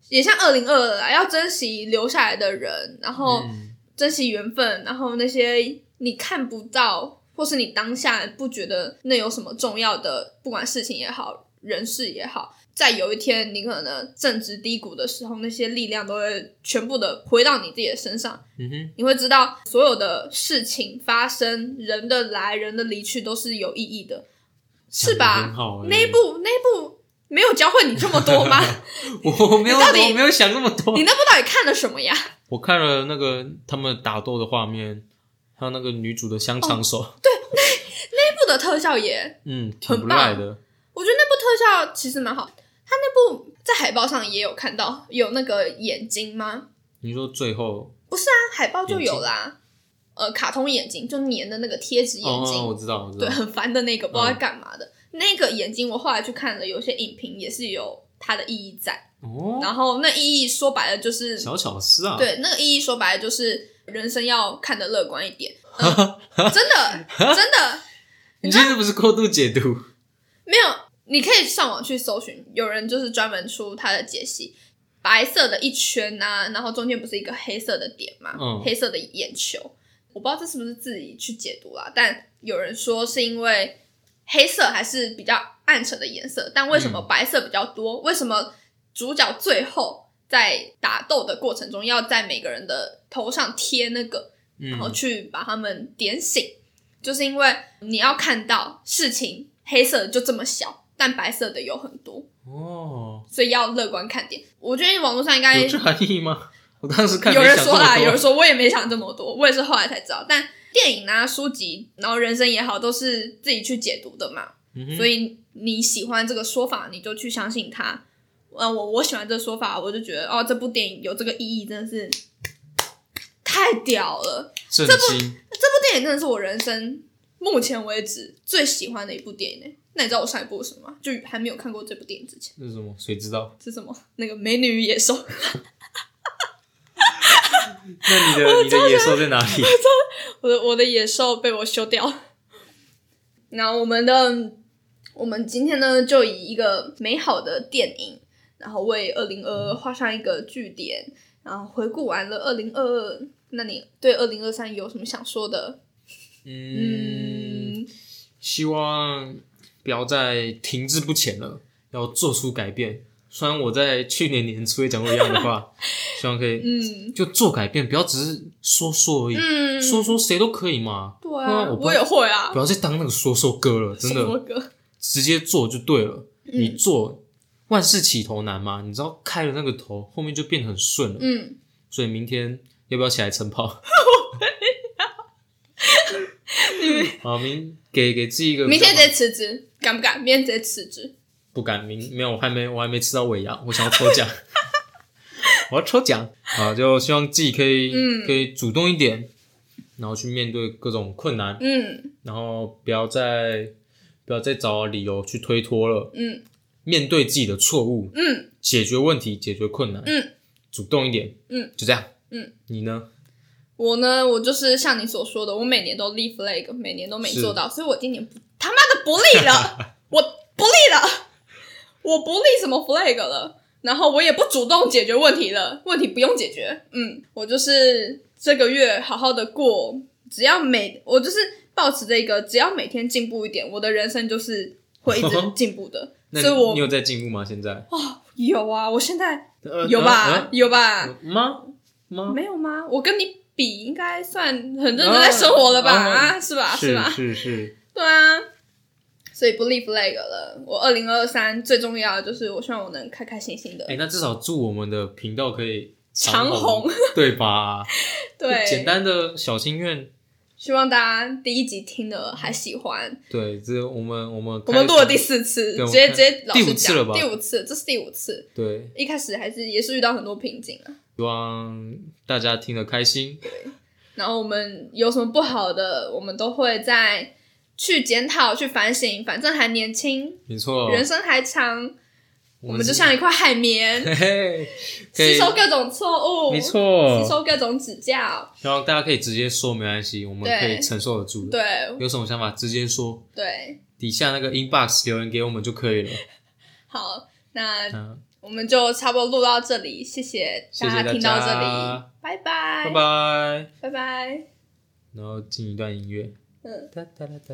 Speaker 1: 也像二零二啊，要珍惜留下来的人，然后
Speaker 2: 嗯
Speaker 1: 珍惜缘分，然后那些你看不到或是你当下不觉得那有什么重要的，不管事情也好，人事也好，在有一天你可能正值低谷的时候，那些力量都会全部的回到你自己的身上，
Speaker 2: 嗯哼，
Speaker 1: 你会知道所有的事情发生、人的来、人的离去都是有意义的，是
Speaker 2: 讲得
Speaker 1: 吧
Speaker 2: 很？好欸
Speaker 1: 那一部那一部没有教会你这么多吗？
Speaker 2: 我没有，
Speaker 1: 你到底
Speaker 2: 我没有想那么多
Speaker 1: 你。那部到底看了什么呀？
Speaker 2: 我看了那个他们打斗的画面，还有那个女主的香肠手，
Speaker 1: 哦那部的特效也，
Speaker 2: 嗯，挺不赖的。
Speaker 1: 我觉得那部特效其实蛮好。他那部在海报上也有看到有那个眼睛吗？
Speaker 2: 你说最后，
Speaker 1: 那海报就有啦，呃，卡通眼睛就粘的那个贴纸眼
Speaker 2: 哦，
Speaker 1: 睛，
Speaker 2: 哦我知道，我知道
Speaker 1: 对，，
Speaker 2: 嗯
Speaker 1: 很烦的那个，不知道在干嘛的、那个眼睛。我后来去看了，有些影评也是有它的意义在。
Speaker 2: 哦，
Speaker 1: 然后那意义说白了就是，
Speaker 2: 小巧思啊，，
Speaker 1: 对，那个意义说白了就是人生要看得乐观一 点，嗯真的真的
Speaker 2: 你这是不是过度解读？
Speaker 1: 没有，你可以上网去搜寻，有人就是专门出它的解析，白色的一圈啊，然后中间不是一个黑色的点嘛，
Speaker 2: 嗯
Speaker 1: 黑色的啊眼球，我不知道这是不是自己去解读啦，但有人说是因为黑色还是比较暗沉的颜色，但为什么白色比较多？为什么主角最后在打斗的过程中要在每个人的头上贴那个？
Speaker 2: 嗯
Speaker 1: 然，后去把他们点醒，就是因为你要看到事情黑色的就这么小，但白色的有很多，
Speaker 2: 哦，
Speaker 1: 所以要乐观看点。我觉得网络上应该
Speaker 2: 有这含义 吗？我当时看
Speaker 1: 有
Speaker 2: 没
Speaker 1: 人
Speaker 2: 想
Speaker 1: 说啦，
Speaker 2: 这
Speaker 1: 有人
Speaker 2: 么多，
Speaker 1: 说我也没想这么多，我也是后来才知道。但电影啊、书籍，然后人生也好，都是自己去解读的嘛。
Speaker 2: 嗯哼
Speaker 1: 所以你喜欢这个说法，你就去相信它。嗯，我我喜欢这个说法，我就觉得哦，这部电影有这个意义，真的是太屌了。
Speaker 2: 震惊，
Speaker 1: 这部电影真的是我人生目前为止最喜欢的一部电影呢。那你知道我上一部是什么吗？就还没有看过这部电影之前
Speaker 2: 这是什么？谁知道？
Speaker 1: 是什么？那个《美女与野兽》
Speaker 2: 那你的你的野兽在哪里？
Speaker 1: 我的我的野兽被我修掉。那我们的我们今天呢，就以一个美好的电影，然后为二零二二画上一个句点，然后回顾完了二零二二，那你对二零二三有什么想说的？
Speaker 2: 嗯，希望不要再停滞不前了，要做出改变。虽然我在去年年初也讲过一样 的话，希望可以
Speaker 1: 嗯
Speaker 2: 就做改变，不要只是说说而已，
Speaker 1: 嗯，
Speaker 2: 说说谁都可以嘛。
Speaker 1: 对
Speaker 2: 不然
Speaker 1: 啊，
Speaker 2: 我不
Speaker 1: 我也会啊
Speaker 2: 不，要再当那个说说哥了，真
Speaker 1: 什么
Speaker 2: 的，
Speaker 1: 歌？
Speaker 2: 直接做就对了。
Speaker 1: 嗯
Speaker 2: 你做万事起头难嘛，你知道开了那个头，后面就变得很顺了。
Speaker 1: 嗯，
Speaker 2: 所以明天要不要起来 晨跑？好，明给给自己一个
Speaker 1: 明天
Speaker 2: 比
Speaker 1: 直
Speaker 2: 较
Speaker 1: 接辞职，敢不敢？明天直接辞职。
Speaker 2: 不敢明没有，我还没我还没吃到尾牙，我想要抽 奖，我要抽奖啊！就希望自己可以、
Speaker 1: 嗯
Speaker 2: 可以主动一点，然后去面对各种困难，
Speaker 1: 嗯
Speaker 2: 然后不要再不要再找理由去推脱了，
Speaker 1: 嗯
Speaker 2: 面对自己的错误，
Speaker 1: 嗯，
Speaker 2: 解决问题，解决困难，
Speaker 1: 嗯，
Speaker 2: 主动一点，
Speaker 1: 嗯，
Speaker 2: 就这样，
Speaker 1: 嗯，
Speaker 2: 你呢？
Speaker 1: 我呢，我就是像你所说的，我每年都立 flag，每年都没
Speaker 2: 是
Speaker 1: 做到，所以我今年不他妈的不立 了，我不立了，我不立什么 flag 了，然后我也不主动解决问题了，问题不用解决，嗯，我就是这个月好好的过，只要每我就是保持这个，只要每天进步一点，我的人生就是会 一直进步的，
Speaker 2: 那
Speaker 1: 所以
Speaker 2: 你
Speaker 1: 我
Speaker 2: 你有在进步吗？现在
Speaker 1: 有啊，我现在
Speaker 2: 呃
Speaker 1: 有吧，有吧，
Speaker 2: 啊啊吗吗？
Speaker 1: 没有吗？我跟你比，应该算很认真在生活了吧？
Speaker 2: 哦哦
Speaker 1: 啊，是吧？
Speaker 2: 是
Speaker 1: 吧？
Speaker 2: 是是，
Speaker 1: 对啊，所以不立 flag 了。我二零二三最重要的就是，我希望我能开开心心的
Speaker 2: 哎、那至少祝我们的频道可以
Speaker 1: 长
Speaker 2: 红，
Speaker 1: 红。
Speaker 2: 对吧？
Speaker 1: 对，
Speaker 2: 简单的小心愿。
Speaker 1: 希望大家第一集听了还喜欢。
Speaker 2: 对，这我们我们
Speaker 1: 我们录了第
Speaker 2: 四，
Speaker 1: 四次，
Speaker 2: 对
Speaker 1: 直接
Speaker 2: 我
Speaker 1: 直接老
Speaker 2: 们第
Speaker 1: 实
Speaker 2: 五次了吧
Speaker 1: 讲，第五次，这是第五次。
Speaker 2: 对，
Speaker 1: 一开始还是也是遇到很多瓶颈啊。
Speaker 2: 希望大家听得开心。
Speaker 1: 然后我们有什么不好的，我们都会在去检讨、去反省。反正还年轻，
Speaker 2: 没错，
Speaker 1: 人生还长。
Speaker 2: 我
Speaker 1: 我们就像一块海绵，
Speaker 2: 嘿嘿，可 以
Speaker 1: 吸收各种错误，
Speaker 2: 没，错
Speaker 1: 吸，收各种指教。
Speaker 2: 希望大家可以直接说，没关系，我们
Speaker 1: 对
Speaker 2: 可以承受得住的。
Speaker 1: 对
Speaker 2: 有什么想法直接说，
Speaker 1: 对，
Speaker 2: 底下那个 inbox 留言给我们就可以了。
Speaker 1: 好，那
Speaker 2: 嗯，
Speaker 1: 我们就差不多录到这里，谢谢
Speaker 2: 谢谢
Speaker 1: 大
Speaker 2: 大
Speaker 1: 家听到这里
Speaker 2: 家，
Speaker 1: 拜拜，
Speaker 2: 拜，拜。
Speaker 1: 拜拜。
Speaker 2: 然后进一段音乐。
Speaker 1: 嗯
Speaker 2: 哒哒哒哒。